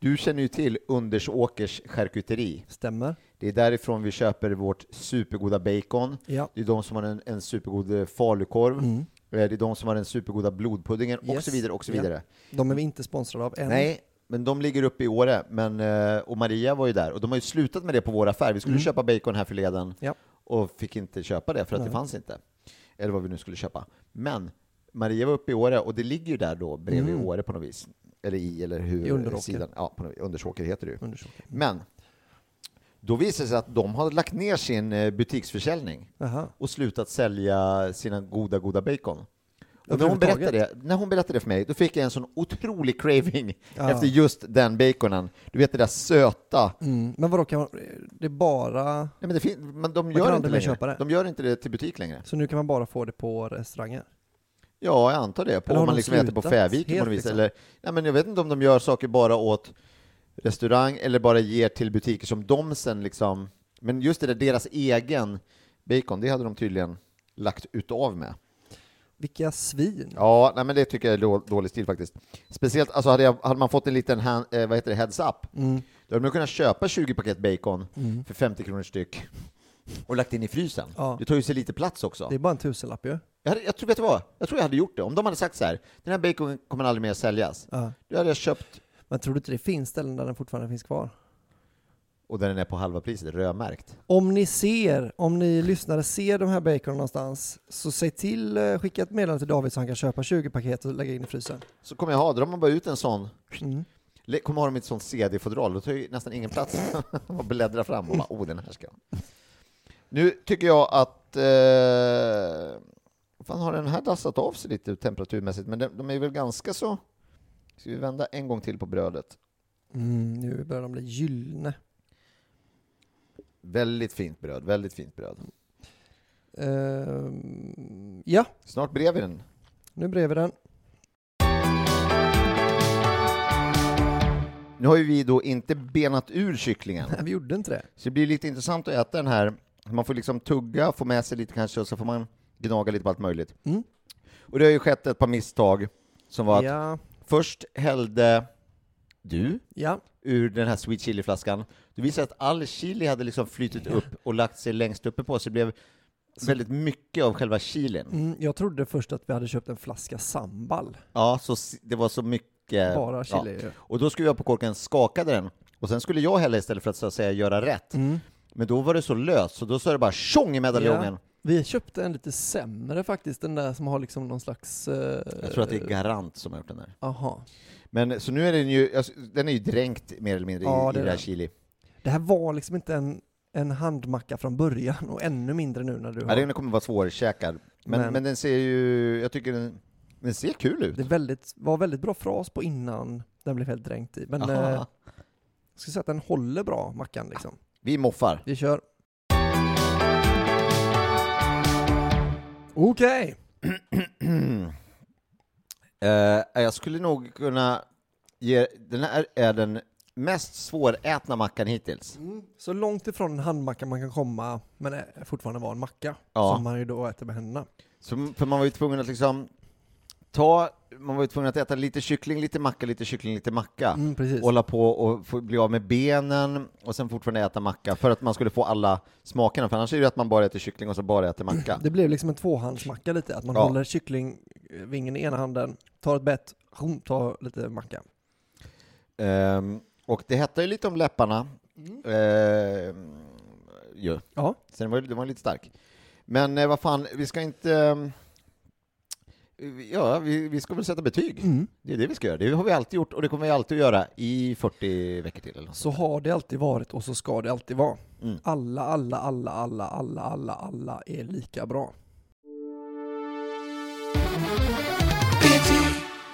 [SPEAKER 4] Du känner ju till Undersåkers charkuteri.
[SPEAKER 3] stämmer.
[SPEAKER 4] Det är därifrån vi köper vårt supergoda bacon.
[SPEAKER 3] Ja.
[SPEAKER 4] Det är de som har en, en supergod eh, falukorv.
[SPEAKER 3] Mm.
[SPEAKER 4] Det är de som har den supergoda blodpuddingen och
[SPEAKER 3] Yes.
[SPEAKER 4] så vidare och så
[SPEAKER 3] Ja.
[SPEAKER 4] vidare.
[SPEAKER 3] De är vi inte sponsrade av än.
[SPEAKER 4] Nej, men de ligger uppe i Åre. Men, eh, och Maria var ju där och de har ju slutat med det på vår affär. Vi skulle köpa bacon här förleden
[SPEAKER 3] Mm. Ja.
[SPEAKER 4] och fick inte köpa det för att det fanns inte. Eller vad vi nu skulle köpa. Men Maria var uppe i Åre och det ligger ju där då bredvid Åre på något vis. Eller i, eller hur?
[SPEAKER 3] Mm. I Underåker.
[SPEAKER 4] Sidan. Ja, på något, undersåker heter det ju.
[SPEAKER 3] Undersökning.
[SPEAKER 4] Men då visade det sig att de hade lagt ner sin eh, butiksförsäljning
[SPEAKER 3] Aha.
[SPEAKER 4] och slutat sälja sina goda, goda bacon. Och när, hon
[SPEAKER 3] Överhuvudtaget?
[SPEAKER 4] berättade det, när hon berättade det för mig, då fick jag en sån otrolig craving efter just den baconen. Du vet det där söta.
[SPEAKER 3] Mm. Men vadå, kan man, det är bara...
[SPEAKER 4] Nej, men det fin- men de
[SPEAKER 3] kan
[SPEAKER 4] gör, inte
[SPEAKER 3] aldrig mer
[SPEAKER 4] längre.
[SPEAKER 3] köpa det.
[SPEAKER 4] de gör inte det till butik längre.
[SPEAKER 3] Så nu kan man bara få det på restauranger?
[SPEAKER 4] Ja, jag antar det. På
[SPEAKER 3] Eller har
[SPEAKER 4] om man
[SPEAKER 3] de
[SPEAKER 4] liksom äter på
[SPEAKER 3] slutat
[SPEAKER 4] Fävik på
[SPEAKER 3] helt
[SPEAKER 4] något vis.
[SPEAKER 3] liksom?
[SPEAKER 4] Eller, nej, men jag vet inte om de gör saker bara åt restaurang eller bara ger till butiker som de sen liksom... Men just det där, deras egen bacon, det hade de tydligen lagt utav med.
[SPEAKER 3] Vilka svin!
[SPEAKER 4] Ja, nej, men det tycker jag är då, dålig stil faktiskt. Speciellt, alltså hade, jag, hade man fått en liten hand, eh, vad heter det, heads up, då hade man kunnat köpa 20 paket bacon för 50 kronor styck och lagt in i frysen.
[SPEAKER 3] Ja.
[SPEAKER 4] Det tar ju sig lite plats också.
[SPEAKER 3] Det är bara en tusenlapp ju.
[SPEAKER 4] Jag, hade, jag, tror, vet du vad? jag tror jag hade gjort det. Om de hade sagt så här, den här baconen kommer aldrig mer säljas.
[SPEAKER 3] Ja.
[SPEAKER 4] Då hade jag köpt,
[SPEAKER 3] Men tror du inte det finns ställen där den fortfarande finns kvar?
[SPEAKER 4] och den är på halva priset, rödmärkt.
[SPEAKER 3] Om ni ser, om ni lyssnare ser de här baconen någonstans, så säg till, eh, skicka ett meddelande till David så han kan köpa 20 paket och lägga in i frysen.
[SPEAKER 4] Så kommer jag ha, drar man bara ut en sån,
[SPEAKER 3] Mm.
[SPEAKER 4] le- kommer ha dem i ett sånt CD-fodral, då tar ju nästan ingen plats att bläddra fram och bara, oh den här ska jag. Nu tycker jag att, eh, fan har den här dassat av sig lite temperaturmässigt, men de, de är väl ganska så, ska vi vända en gång till på brödet.
[SPEAKER 3] Mm, nu börjar de bli gyllene.
[SPEAKER 4] Väldigt fint bröd, väldigt fint bröd.
[SPEAKER 3] Ehm, ja,
[SPEAKER 4] Snart bredvid den.
[SPEAKER 3] nu bredvid den.
[SPEAKER 4] Nu har ju vi då inte benat ur kycklingen.
[SPEAKER 3] Nej, vi gjorde inte det.
[SPEAKER 4] Så det blir lite intressant att äta den här. Man får liksom tugga, få med sig lite kanske, och så får man gnaga lite på allt möjligt.
[SPEAKER 3] Mm.
[SPEAKER 4] Och det har ju skett ett par misstag som var att
[SPEAKER 3] Ja,
[SPEAKER 4] först hällde du
[SPEAKER 3] ja.
[SPEAKER 4] ur den här sweet chili-flaskan. Du visade att all chili hade liksom flytit upp och lagt sig längst uppe på, så det blev väldigt mycket av själva chilin.
[SPEAKER 3] Mm, jag trodde först att vi hade köpt en flaska sambal.
[SPEAKER 4] Ja, så s- det var så mycket.
[SPEAKER 3] Bara chili.
[SPEAKER 4] Äh, Ja. Och då skrev jag på korken, skakade den, och sen skulle jag hälla istället för att så att säga göra rätt.
[SPEAKER 3] Mm.
[SPEAKER 4] Men då var det så löst, så då sa det bara tjong i medaljongen.
[SPEAKER 3] Ja. Vi köpte en lite sämre faktiskt, den där som har liksom någon slags... eh,
[SPEAKER 4] Jag tror att det är Garant som har gjort den där.
[SPEAKER 3] Aha.
[SPEAKER 4] Men så nu är den ju, alltså, den är ju dränkt mer eller mindre
[SPEAKER 3] Ja,
[SPEAKER 4] i,
[SPEAKER 3] det
[SPEAKER 4] i
[SPEAKER 3] är
[SPEAKER 4] det här
[SPEAKER 3] den.
[SPEAKER 4] chili.
[SPEAKER 3] Det här var liksom inte en, en handmacka från början och ännu mindre nu när du
[SPEAKER 4] Ja.
[SPEAKER 3] har...
[SPEAKER 4] Den kommer vara svårkäkad. Men, men.
[SPEAKER 3] Men-
[SPEAKER 4] den ser ju, jag tycker den, den ser kul ut.
[SPEAKER 3] Det är väldigt, var väldigt bra fras på innan den blev helt dränkt i. Men eh,
[SPEAKER 4] Aha.
[SPEAKER 3] jag ska säga att den håller bra, mackan liksom.
[SPEAKER 4] Vi moffar.
[SPEAKER 3] Vi kör. Okej!
[SPEAKER 4] Eh, jag skulle nog kunna ge, den här är den mest svårätna mackan hittills.
[SPEAKER 3] Så långt ifrån en handmacka man kan komma, men eh, fortfarande vara en macka.
[SPEAKER 4] Ja.
[SPEAKER 3] Som man ju då äter med händerna.
[SPEAKER 4] Så, för man var ju tvungen att liksom ta, man var ju tvungen att äta lite kyckling, lite macka, lite kyckling, lite macka.
[SPEAKER 3] Mm, precis.
[SPEAKER 4] hålla på och få bli av med benen och sen fortfarande äta macka för att man skulle få alla smakerna. För annars är det ju att man bara äter kyckling och så bara äter macka.
[SPEAKER 3] Det blev liksom en tvåhandsmacka lite, att man
[SPEAKER 4] Ja.
[SPEAKER 3] håller kycklingvingen i ena handen, tar ett bett, hum, tar lite macka.
[SPEAKER 4] Ehm, och det hettar ju lite om läpparna.
[SPEAKER 3] Mm.
[SPEAKER 4] Ehm, ju.
[SPEAKER 3] Ja.
[SPEAKER 4] Sen var det, det var lite stark. Men eh, vad fan, vi ska inte... ehm, Ja, vi, vi ska väl sätta betyg. Det är det vi ska göra. Det har vi alltid gjort och det kommer vi alltid att göra i 40 veckor till. Eller något.
[SPEAKER 3] Så har det alltid varit och så ska det alltid vara.
[SPEAKER 4] Mm.
[SPEAKER 3] Alla, alla, alla, alla, alla, alla, alla är lika bra.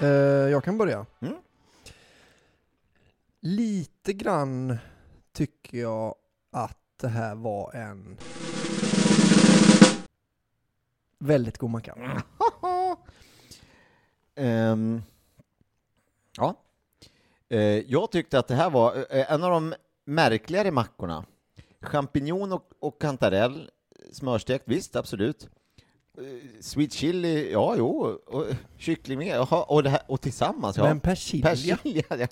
[SPEAKER 3] Eh, jag kan börja.
[SPEAKER 4] Mm.
[SPEAKER 3] Lite grann tycker jag att det här var en väldigt god macka.
[SPEAKER 4] Mm. Ehm, ja. Eh, jag tyckte att det här var eh, en av de märkligare mackorna. Champinjon och, och kantarell, smörstekt, visst, absolut. Eh, sweet chili, ja, jo. Och, kyckling med, jaha, och, det här, och tillsammans, ja.
[SPEAKER 3] Men persilja.
[SPEAKER 4] Persilja,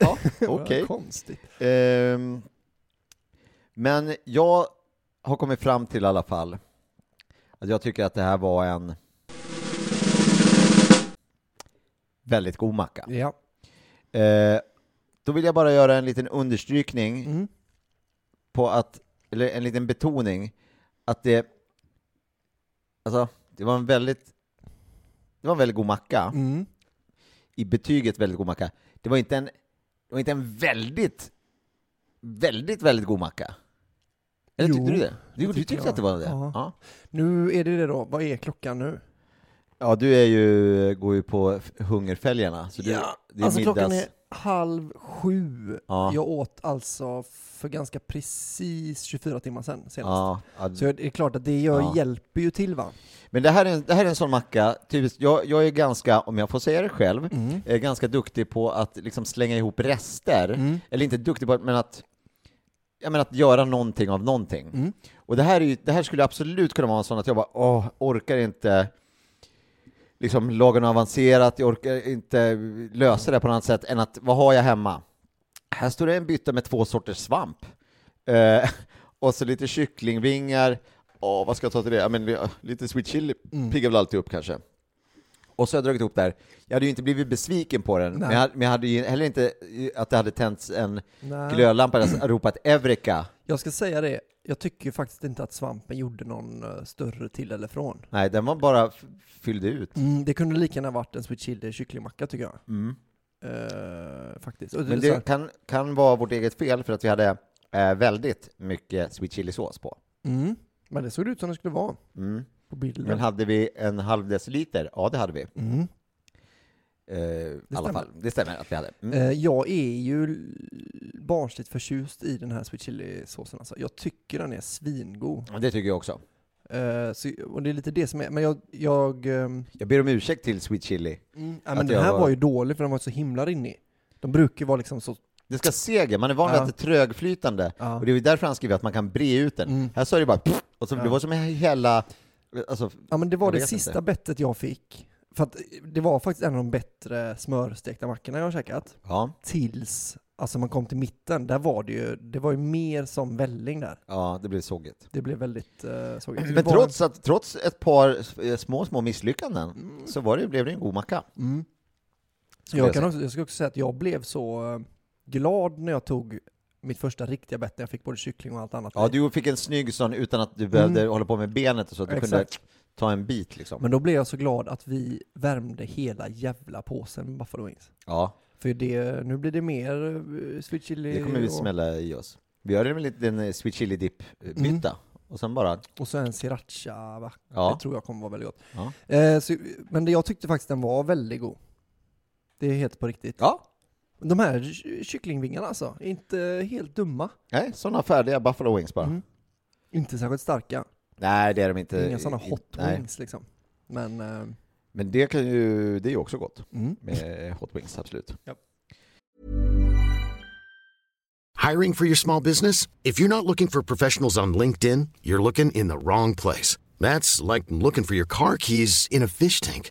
[SPEAKER 4] ja, okej.
[SPEAKER 3] Konstigt.
[SPEAKER 4] Ehm, men jag har kommit fram till i alla fall att jag tycker att det här var en väldigt god macka.
[SPEAKER 3] Ja.
[SPEAKER 4] Eh, då vill jag bara göra en liten understrykning
[SPEAKER 3] Mm.
[SPEAKER 4] på att, eller en liten betoning, att det, alltså, det var en väldigt
[SPEAKER 2] Det var en väldigt god macka.
[SPEAKER 3] Mm.
[SPEAKER 2] I betyget väldigt god macka. Det var inte en, det var inte en väldigt, väldigt, väldigt god macka. Eller tyckte
[SPEAKER 3] Jo,
[SPEAKER 2] du det? Du, du tyckte
[SPEAKER 3] tycker jag.
[SPEAKER 2] att det var det?
[SPEAKER 3] Ja.
[SPEAKER 2] Ja.
[SPEAKER 3] Nu är det det då. Vad är klockan nu?
[SPEAKER 2] Ja, du är ju, går ju på f- hungerfälgarna, så du, det är
[SPEAKER 3] alltså
[SPEAKER 2] middags...
[SPEAKER 3] klockan är halv sju.
[SPEAKER 2] Ja.
[SPEAKER 3] Jag åt alltså för ganska precis 24 timmar sedan senast.
[SPEAKER 2] ja, ja.
[SPEAKER 3] Så det är klart att det gör,
[SPEAKER 2] Ja.
[SPEAKER 3] hjälper ju till va?
[SPEAKER 2] Men det här är en, det här är en sån macka, typiskt, jag, jag är ganska, om jag får säga det själv, är ganska duktig på att liksom slänga ihop rester. Eller inte duktig på, men att, jag menar att göra någonting av någonting. Och det här, är ju, det här skulle absolut kunna vara en sån att jag bara, åh, orkar inte liksom laga något avancerat, jag orkar inte lösa det på något annat sätt än att, vad har jag hemma? Här står det en bytta med två sorters svamp. Eh, och så lite kycklingvingar. Åh, vad ska jag ta till det? Ja, men, vi- lite sweet chili piggar väl alltid upp kanske. Och så har jag dragit ihop där. Jag hade ju inte blivit besviken på den, men jag, men jag hade ju heller inte eh, att det hade tänts en
[SPEAKER 3] Nej.
[SPEAKER 2] glödlampa eller
[SPEAKER 3] Ah.
[SPEAKER 2] ropat Eureka.
[SPEAKER 3] Jag ska säga det, jag tycker ju faktiskt inte att svampen gjorde någon eh, större till eller från.
[SPEAKER 2] Nej, den var bara f- fylld ut.
[SPEAKER 3] Mm, det kunde lika gärna varit en sweet chili kycklingmacka tycker jag. Eh, faktiskt. Och det
[SPEAKER 2] Mm. Men
[SPEAKER 3] är så här-
[SPEAKER 2] det kan, kan vara vårt eget fel för att vi hade eh, väldigt mycket sweet chili-sås på.
[SPEAKER 3] Mm. Men det såg ut som det skulle vara
[SPEAKER 2] Mm.
[SPEAKER 3] på bilden.
[SPEAKER 2] Men hade vi en halv deciliter? Ja, det hade vi.
[SPEAKER 3] mm.
[SPEAKER 2] Eh, I alla
[SPEAKER 3] stämmer.
[SPEAKER 2] fall, det stämmer att vi hade. Mm.
[SPEAKER 3] Eh, jag är ju l- barnsligt förtjust i den här sweet chili-såsen alltså. Jag tycker den är svingod.
[SPEAKER 2] Det tycker jag också.
[SPEAKER 3] Eh, så, och det är lite det som är, men jag... jag ehm,
[SPEAKER 2] Jag ber om ursäkt till Sweet Chili.
[SPEAKER 3] mm, ja,
[SPEAKER 2] Att
[SPEAKER 3] men den
[SPEAKER 2] jag
[SPEAKER 3] här
[SPEAKER 2] var-
[SPEAKER 3] var... ju dålig för den var så himla rinnig. De brukar ju vara liksom så...
[SPEAKER 2] Det ska seger, man är van vid
[SPEAKER 3] Ja.
[SPEAKER 2] att det är trögflytande.
[SPEAKER 3] Ja.
[SPEAKER 2] Och det är ju därför han skriver att man kan bre ut den.
[SPEAKER 3] Mm.
[SPEAKER 2] Här sa det bara pff, och så, det
[SPEAKER 3] Ja.
[SPEAKER 2] var som hela... Alltså,
[SPEAKER 3] Ja men det var
[SPEAKER 2] Jag
[SPEAKER 3] det
[SPEAKER 2] vet
[SPEAKER 3] sista
[SPEAKER 2] inte.
[SPEAKER 3] bettet jag fick. För att eh, det var faktiskt en av de bättre smörstekta mackorna jag har käkat.
[SPEAKER 2] ja,
[SPEAKER 3] Tills, alltså man kom till mitten, där var det ju, det var ju mer som välling där.
[SPEAKER 2] ja, det blev sågigt.
[SPEAKER 3] Det blev väldigt uh, sågigt. Det
[SPEAKER 2] Men
[SPEAKER 3] var-
[SPEAKER 2] trots, att, trots ett par eh, små, små misslyckanden så var det, blev det en god macka.
[SPEAKER 3] Mm.
[SPEAKER 2] skulle
[SPEAKER 3] Jag,
[SPEAKER 2] jag
[SPEAKER 3] kan
[SPEAKER 2] säga.
[SPEAKER 3] också, jag ska också säga att jag blev så eh, glad när jag tog mitt första riktiga bett när jag fick både kyckling och allt annat.
[SPEAKER 2] Ja, du fick en snygg sån utan att du behövde hålla på med benet och så, att du
[SPEAKER 3] Mm. Exakt.
[SPEAKER 2] kunde ta en bit liksom.
[SPEAKER 3] Men då blev jag så glad att vi värmde hela jävla påsen med Buffalo Wings.
[SPEAKER 2] ja,
[SPEAKER 3] För det, nu blir det mer uh, sweet chili
[SPEAKER 2] det kommer vi
[SPEAKER 3] och,
[SPEAKER 2] smälla i oss. Vi gör en liten eh, Sweet Chili
[SPEAKER 3] Mm.
[SPEAKER 2] Dip-bytta, och sen bara...
[SPEAKER 3] och så en sriracha. Va?
[SPEAKER 2] Ja.
[SPEAKER 3] Det tror jag kommer vara väldigt gott.
[SPEAKER 2] Ja.
[SPEAKER 3] Eh, så, men det, jag tyckte faktiskt den var väldigt god. Det är helt på riktigt.
[SPEAKER 2] Ja,
[SPEAKER 3] De här ky- kycklingvingarna alltså, är inte helt dumma.
[SPEAKER 2] nej, sådana färdiga Buffalo Wings bara.
[SPEAKER 3] Mm. Inte särskilt starka.
[SPEAKER 2] Nej, det är de inte.
[SPEAKER 3] Inga sådana
[SPEAKER 2] eh, I-
[SPEAKER 3] hot
[SPEAKER 2] nej.
[SPEAKER 3] wings liksom. Men, eh,
[SPEAKER 2] Men det, kan ju, det är ju också gott
[SPEAKER 3] mm.
[SPEAKER 2] med hot wings, absolut.
[SPEAKER 6] Hiring for your small business? If you're not looking for professionals on LinkedIn, you're looking in the wrong place. That's like looking for your car keys in a fish tank.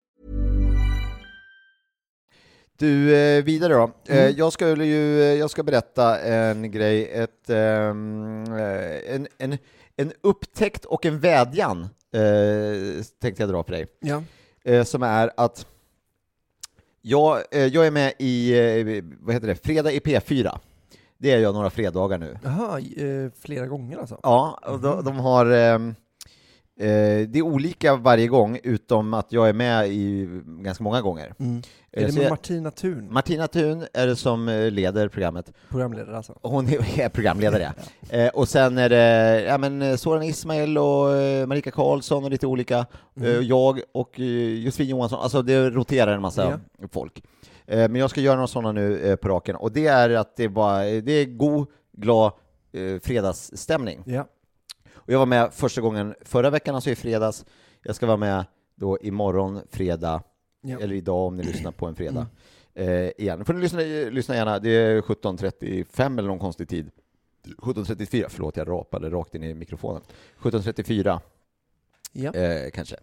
[SPEAKER 2] Du, eh, vidare då. Eh, Jag, skulle ju, eh, jag ska berätta en grej, ett, ehm, eh, en, en, en upptäckt och en vädjan eh, tänkte jag dra för dig,
[SPEAKER 3] ja.
[SPEAKER 2] eh, som är att jag, eh, jag är med i, eh, vad heter det, Fredag i P4. Det gör jag några fredagar nu.
[SPEAKER 3] Jaha, eh, flera gånger alltså?
[SPEAKER 2] Ja, och de, de har... ehm, eh, det är olika varje gång, utom att jag är med i ganska många gånger.
[SPEAKER 3] Mm.
[SPEAKER 2] Eh,
[SPEAKER 3] Är det
[SPEAKER 2] så
[SPEAKER 3] med
[SPEAKER 2] jag-
[SPEAKER 3] Martina Thun,
[SPEAKER 2] Martina Thun är det som eh, leder programmet.
[SPEAKER 3] programledare alltså?
[SPEAKER 2] Hon är är programledare. eh, och sen är det ja, men, eh, Soran Ismail och eh, Marika Karlsson och lite olika. Eh, och jag och eh, Josefin Johansson. Alltså det roterar en massa folk. Eh, men jag ska göra några sådana nu eh, på raken. Och det är att det är, bara, eh, det är god, glad eh, fredagsstämning.
[SPEAKER 3] Ja.
[SPEAKER 2] Och jag var med första gången förra veckan, alltså i fredags. Jag ska vara med då imorgon fredag,
[SPEAKER 3] Ja. Mm.
[SPEAKER 2] eller idag om ni lyssnar på en fredag. Eh, igen. Får ni lyssna, lyssna gärna, det är 17.35 eller någon konstig tid. 17.34, förlåt jag rapade rakt in i mikrofonen. 17.34
[SPEAKER 3] Ja.
[SPEAKER 2] eh, kanske.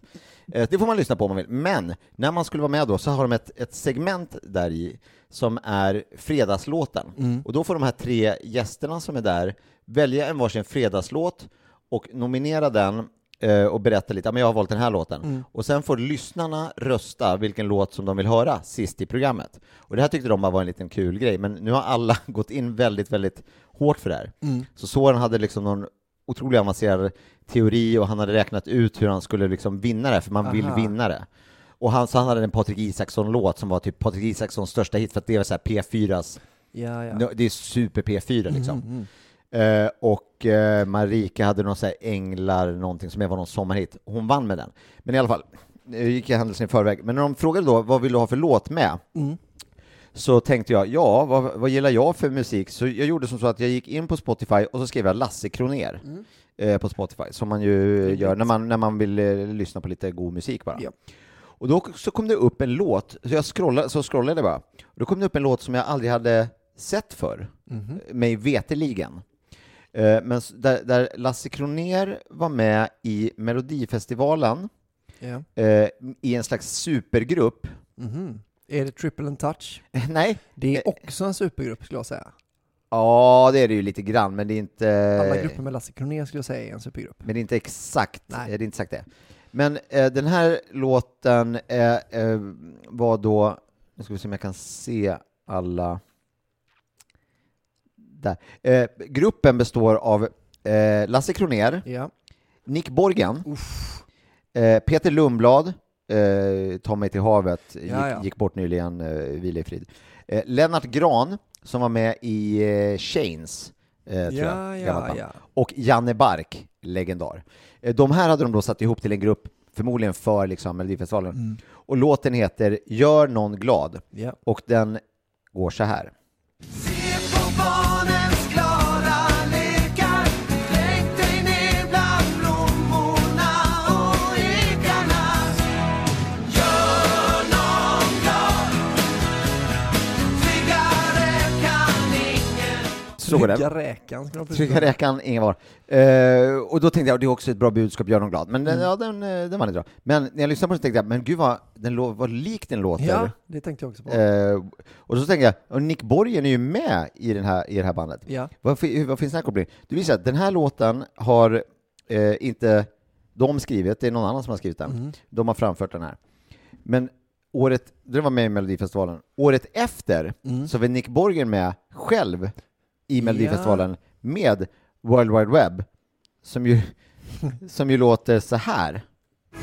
[SPEAKER 2] Eh, det får man lyssna på om man vill. Men när man skulle vara med då så har de ett, ett segment där i som är fredagslåten. Och då får de här tre gästerna som är där välja en varsin fredagslåt och nominera den eh, och berätta lite, ja men jag har valt den här låten. Och sen får lyssnarna rösta vilken låt som de vill höra sist i programmet. Och det här tyckte de bara var en liten kul grej, men nu har alla gått in väldigt, väldigt hårt för det här. Så Soran hade liksom någon otroligt avancerad teori och han hade räknat ut hur han skulle liksom vinna det, här, för man vill
[SPEAKER 3] Aha.
[SPEAKER 2] vinna det. Och han, så han hade en Patrik Isaksson-låt som var typ Patrik Isakssons största hit, för att det var så här P4s,
[SPEAKER 3] Ja, ja.
[SPEAKER 2] det är super P4 liksom. Eh, och eh, Marika hade någon så här Änglar, någonting som var någon sommarhit. Hon vann med den. Men i alla fall, nu gick jag händelsen i förväg. Men när de frågade då, vad vill du ha för låt med? Så tänkte jag, ja, vad, vad gillar jag för musik? Så jag gjorde som så att jag gick in på Spotify och så skrev jag Lasse Kroner eh, på Spotify, som man ju gör när man, när man vill eh, lyssna på lite god musik bara.
[SPEAKER 3] Ja.
[SPEAKER 2] Och då så kom det upp en låt, så jag scrollade, så scrollade jag bara, och då kom det upp en låt som jag aldrig hade sett förr,
[SPEAKER 3] Mm-hmm.
[SPEAKER 2] mig veteligen. Eh, Men s- där, där Lasse Kroner var med i Melodifestivalen
[SPEAKER 3] ja.
[SPEAKER 2] eh, i en slags supergrupp.
[SPEAKER 3] Mhm. Är det Triple and Touch?
[SPEAKER 2] Nej,
[SPEAKER 3] Det
[SPEAKER 2] Eh.
[SPEAKER 3] är också en supergrupp skulle jag säga.
[SPEAKER 2] ja det är det ju lite grann, men det är inte...
[SPEAKER 3] Alla grupper med Lasse Kronér skulle jag säga är en supergrupp.
[SPEAKER 2] Men det är inte exakt,
[SPEAKER 3] Nej.
[SPEAKER 2] eh, det är inte exakt det. Men eh, den här låten eh, eh, var då, nu ska vi se om jag kan se alla. Där. Eh, gruppen består av eh, Lasse Kroner,
[SPEAKER 3] Ja.
[SPEAKER 2] Nick Borgen, eh, Peter Lundblad, eh, Ta mig till havet, gick,
[SPEAKER 3] Ja, ja.
[SPEAKER 2] gick bort nyligen, eh, vila i frid. Eh, Lennart Gran som var med i eh, Chains, eh, tror
[SPEAKER 3] Ja,
[SPEAKER 2] jag, gammalt
[SPEAKER 3] ja,
[SPEAKER 2] band
[SPEAKER 3] ja.
[SPEAKER 2] och Janne Bark, legendar. Eh, De här hade de då satt ihop till en grupp, förmodligen för liksom Melodifestivalen. Och låten heter Gör någon glad
[SPEAKER 3] Ja.
[SPEAKER 2] och den går så här.
[SPEAKER 1] Se på barnens glada lekar. Lägg dig ner bland blommorna och ekarna. Gör någon glad. Tryggare kan ingen
[SPEAKER 2] Så går den.
[SPEAKER 3] Trygga räkan skulle de precis
[SPEAKER 2] Trygga
[SPEAKER 3] säga.
[SPEAKER 2] räkan, ingen var. Eh, och då tänkte jag, det är också ett bra budskap, gör dem glad. Men den, ja, den, eh, den var inte bra. Men när jag lyssnade på den så tänkte jag, men gud vad, den lå- vad lik den låter.
[SPEAKER 3] Ja, det tänkte jag också på.
[SPEAKER 2] Eh, och så tänkte jag, och Nick Borgen är ju med i, den här, i det här bandet.
[SPEAKER 3] Ja.
[SPEAKER 2] Vad, fi- hur- vad finns den här kopplingen? Du visar att den här låten har eh, inte de skrivit, det är någon annan som har skrivit den. De har framfört den här. Men året, den var med i Melodifestivalen, året efter så var Nick Borgen med själv i Melodifestivalen med World Wide Web, som ju, som ju låter så här.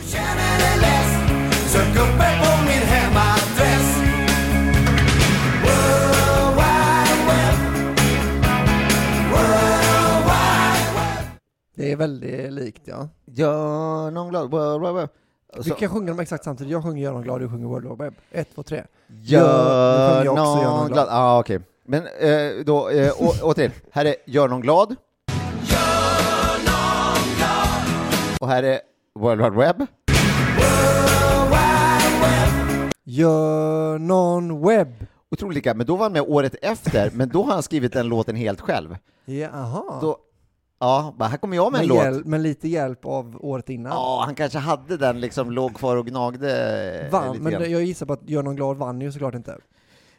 [SPEAKER 1] känner dig less. Sök upp mig på min hemadress. World Wide Web. World Wide Web.
[SPEAKER 3] Det är väldigt likt ja.
[SPEAKER 2] Gör någon glad, World Wide Web.
[SPEAKER 3] Vi
[SPEAKER 2] Så-
[SPEAKER 3] kan sjunga dem exakt samtidigt. Jag sjunger Gör någon glad, du sjunger World Wide Web. Ett, två, tre.
[SPEAKER 2] Gör
[SPEAKER 3] Nu sjunger jag också Gör
[SPEAKER 2] någon
[SPEAKER 3] någon
[SPEAKER 2] glad.
[SPEAKER 3] glad.
[SPEAKER 2] Ah, okej. Men eh, då, eh, å, återigen, här är Gör någon glad. Och här är World Wide Web.
[SPEAKER 3] Gör någon webb.
[SPEAKER 2] Otroligt lika, men då var han med året efter, men då har han skrivit den låten helt själv.
[SPEAKER 3] Ja, aha.
[SPEAKER 2] Då, ja, bara, här kommer jag med en
[SPEAKER 3] med,
[SPEAKER 2] låt.
[SPEAKER 3] hjälp, med lite hjälp av året innan.
[SPEAKER 2] Ja, han kanske hade den liksom, låg kvar och gnagde eh,
[SPEAKER 3] Vann,
[SPEAKER 2] lite
[SPEAKER 3] men
[SPEAKER 2] grann.
[SPEAKER 3] jag gissar på att Gör någon glad vann ju såklart inte.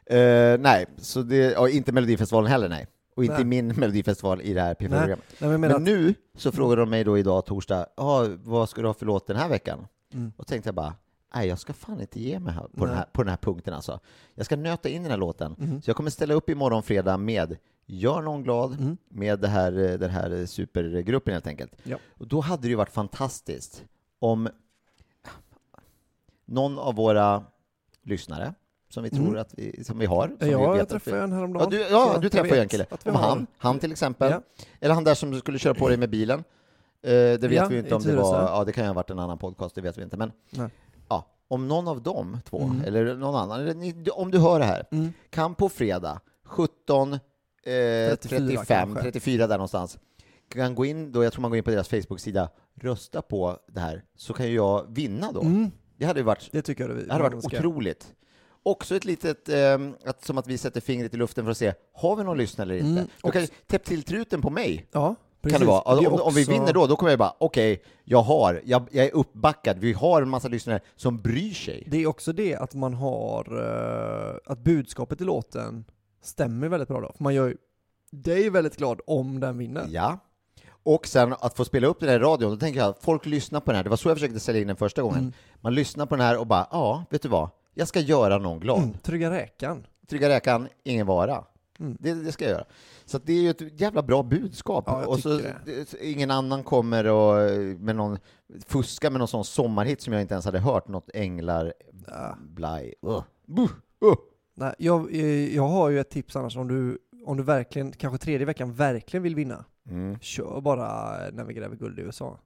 [SPEAKER 2] Eh, nej, så det, ja, inte Melodifestivalen heller, nej. Och inte
[SPEAKER 3] Nej.
[SPEAKER 2] i min Melodifestival i det här
[SPEAKER 3] Nej,
[SPEAKER 2] P4-programmet.
[SPEAKER 3] nej, men jag
[SPEAKER 2] Men
[SPEAKER 3] menar att,
[SPEAKER 2] nu så frågade de mig då idag, torsdag, ah, vad ska du ha för låt den här veckan?
[SPEAKER 3] Mm.
[SPEAKER 2] Och tänkte jag bara, nej jag ska fan inte ge mig här på, den här, på den här punkten alltså. Jag ska nöta in den här låten. Så jag kommer ställa upp imorgon fredag med Gör någon glad
[SPEAKER 3] Mm.
[SPEAKER 2] med det här, eh, den här eh, supergruppen helt enkelt.
[SPEAKER 3] Ja.
[SPEAKER 2] Och då hade det ju varit fantastiskt om någon av våra lyssnare, som vi tror
[SPEAKER 3] Mm.
[SPEAKER 2] att vi, som vi har, som vi
[SPEAKER 3] Ja,
[SPEAKER 2] vet
[SPEAKER 3] jag
[SPEAKER 2] att vi-
[SPEAKER 3] träffade en häromdagen.
[SPEAKER 2] Ja, du, ja,
[SPEAKER 3] Så
[SPEAKER 2] du
[SPEAKER 3] jag
[SPEAKER 2] träffade ju
[SPEAKER 3] vet
[SPEAKER 2] en kille.
[SPEAKER 3] att vi
[SPEAKER 2] Om
[SPEAKER 3] har
[SPEAKER 2] han,
[SPEAKER 3] en.
[SPEAKER 2] han till exempel.
[SPEAKER 3] Ja.
[SPEAKER 2] Eller han där som skulle köra på dig med bilen. Eh, det vet
[SPEAKER 3] Ja,
[SPEAKER 2] vi ju inte
[SPEAKER 3] i
[SPEAKER 2] om det var,
[SPEAKER 3] Tyresö.
[SPEAKER 2] ja det kan ju ha varit en annan podcast, det vet vi inte. Men
[SPEAKER 3] Nej.
[SPEAKER 2] ja, om någon av dem två,
[SPEAKER 3] Mm.
[SPEAKER 2] eller eh, någon annan, eller ni, om du hör det här,
[SPEAKER 3] Mm.
[SPEAKER 2] kan på fredag 17, eh, 35,
[SPEAKER 3] 34 kanske.
[SPEAKER 2] 34 där någonstans, kan gå in då, jag tror man går in på deras Facebook-sida, rösta på det här, så kan ju jag vinna då.
[SPEAKER 3] Mm,
[SPEAKER 2] Det hade ju varit
[SPEAKER 3] det tycker jag vi
[SPEAKER 2] det hade
[SPEAKER 3] vi
[SPEAKER 2] varit
[SPEAKER 3] ska-
[SPEAKER 2] otroligt. Också ett litet, ehm, att, som att vi sätter fingret i luften för att se, har vi någon lyssnare eller inte?
[SPEAKER 3] Mm,
[SPEAKER 2] Då kan ju- Täpp till truten på mig,
[SPEAKER 3] Ja,
[SPEAKER 2] kan det vara.
[SPEAKER 3] är
[SPEAKER 2] Alltså, om, om vi
[SPEAKER 3] också-
[SPEAKER 2] vinner då, då kommer jag bara, okej, jag har, jag, jag är uppbackad, vi har en massa lyssnare som bryr sig.
[SPEAKER 3] Det är också det att man har, eh, att budskapet i låten stämmer väldigt bra då. För man gör ju dig väldigt glad om den vinner.
[SPEAKER 2] Ja. Och sen att få spela upp den här i radion, då tänker jag, folk lyssnar på den här, det var så jag försökte sälja in den första gången.
[SPEAKER 3] Mm.
[SPEAKER 2] Man lyssnar på den här och bara, ja, vet du vad, jag ska göra någon glad.
[SPEAKER 3] Mm, Trygga räkan.
[SPEAKER 2] Trygga räkan, ingen vara.
[SPEAKER 3] Mm.
[SPEAKER 2] Det, det ska jag göra. Så att det är ju ett jävla bra budskap.
[SPEAKER 3] Ja, jag
[SPEAKER 2] och så,
[SPEAKER 3] tycker
[SPEAKER 2] det- ingen annan kommer och eh, med någon, fuska med någon sån sommarhit som jag inte ens hade hört, något änglar, blaj, uh. Buh, uh.
[SPEAKER 3] Nej, jag, eh, jag har ju ett tips annars om du, om du verkligen, kanske tredje veckan verkligen vill vinna.
[SPEAKER 2] Mm.
[SPEAKER 3] Kör bara När vi gräver guld i USA.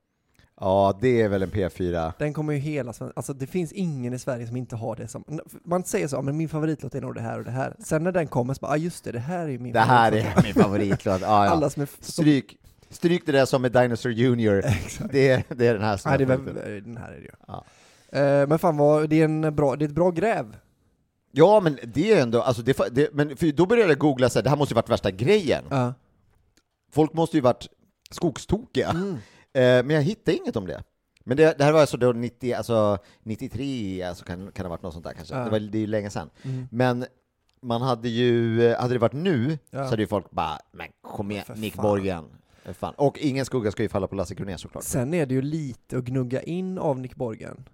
[SPEAKER 2] Ja, det är väl en P4.
[SPEAKER 3] Den kommer ju hela Sverige, alltså det finns ingen i Sverige som inte har det som, man säger så, "Ja, men min favoritlåt är nog det här och det här. Sen när den kommer så bara, ah, just det, det här är ju min
[SPEAKER 2] Det här
[SPEAKER 3] favoritlåt."
[SPEAKER 2] är min favoritlåt. Ja, ja.
[SPEAKER 3] Alla som är, som,
[SPEAKER 2] Stryk, stryk det där som med Dinosaur Junior.
[SPEAKER 3] exakt.
[SPEAKER 2] Det är, det är den här som
[SPEAKER 3] Nej, det är
[SPEAKER 2] jag tänkte.
[SPEAKER 3] väl, den här är det ju.
[SPEAKER 2] Ja.
[SPEAKER 3] Eh, men fan vad, det är, en bra, det är ett bra gräv.
[SPEAKER 2] Ja, men det är ändå, alltså det, det, men för då började jag googla så här, det här måste ju varit värsta grejen.
[SPEAKER 3] Ja.
[SPEAKER 2] Folk måste ju varit skogstokiga.
[SPEAKER 3] Mm.
[SPEAKER 2] Eh, men jag hittade inget om det. Men det, det här var alltså då 90, alltså 93, alltså kan, kan det ha varit något sånt där kanske.
[SPEAKER 3] Ja.
[SPEAKER 2] Det, var, det är ju länge sedan.
[SPEAKER 3] Mm.
[SPEAKER 2] Men man hade ju, eh, hade det varit nu
[SPEAKER 3] Ja.
[SPEAKER 2] så hade ju folk bara, men kom igen,
[SPEAKER 3] För
[SPEAKER 2] Nick
[SPEAKER 3] fan."
[SPEAKER 2] Borgen. För Fan. Och ingen skugga ska ju falla på Lasse Kronér såklart.
[SPEAKER 3] Sen är det ju lite att gnugga in av Nick Borgen.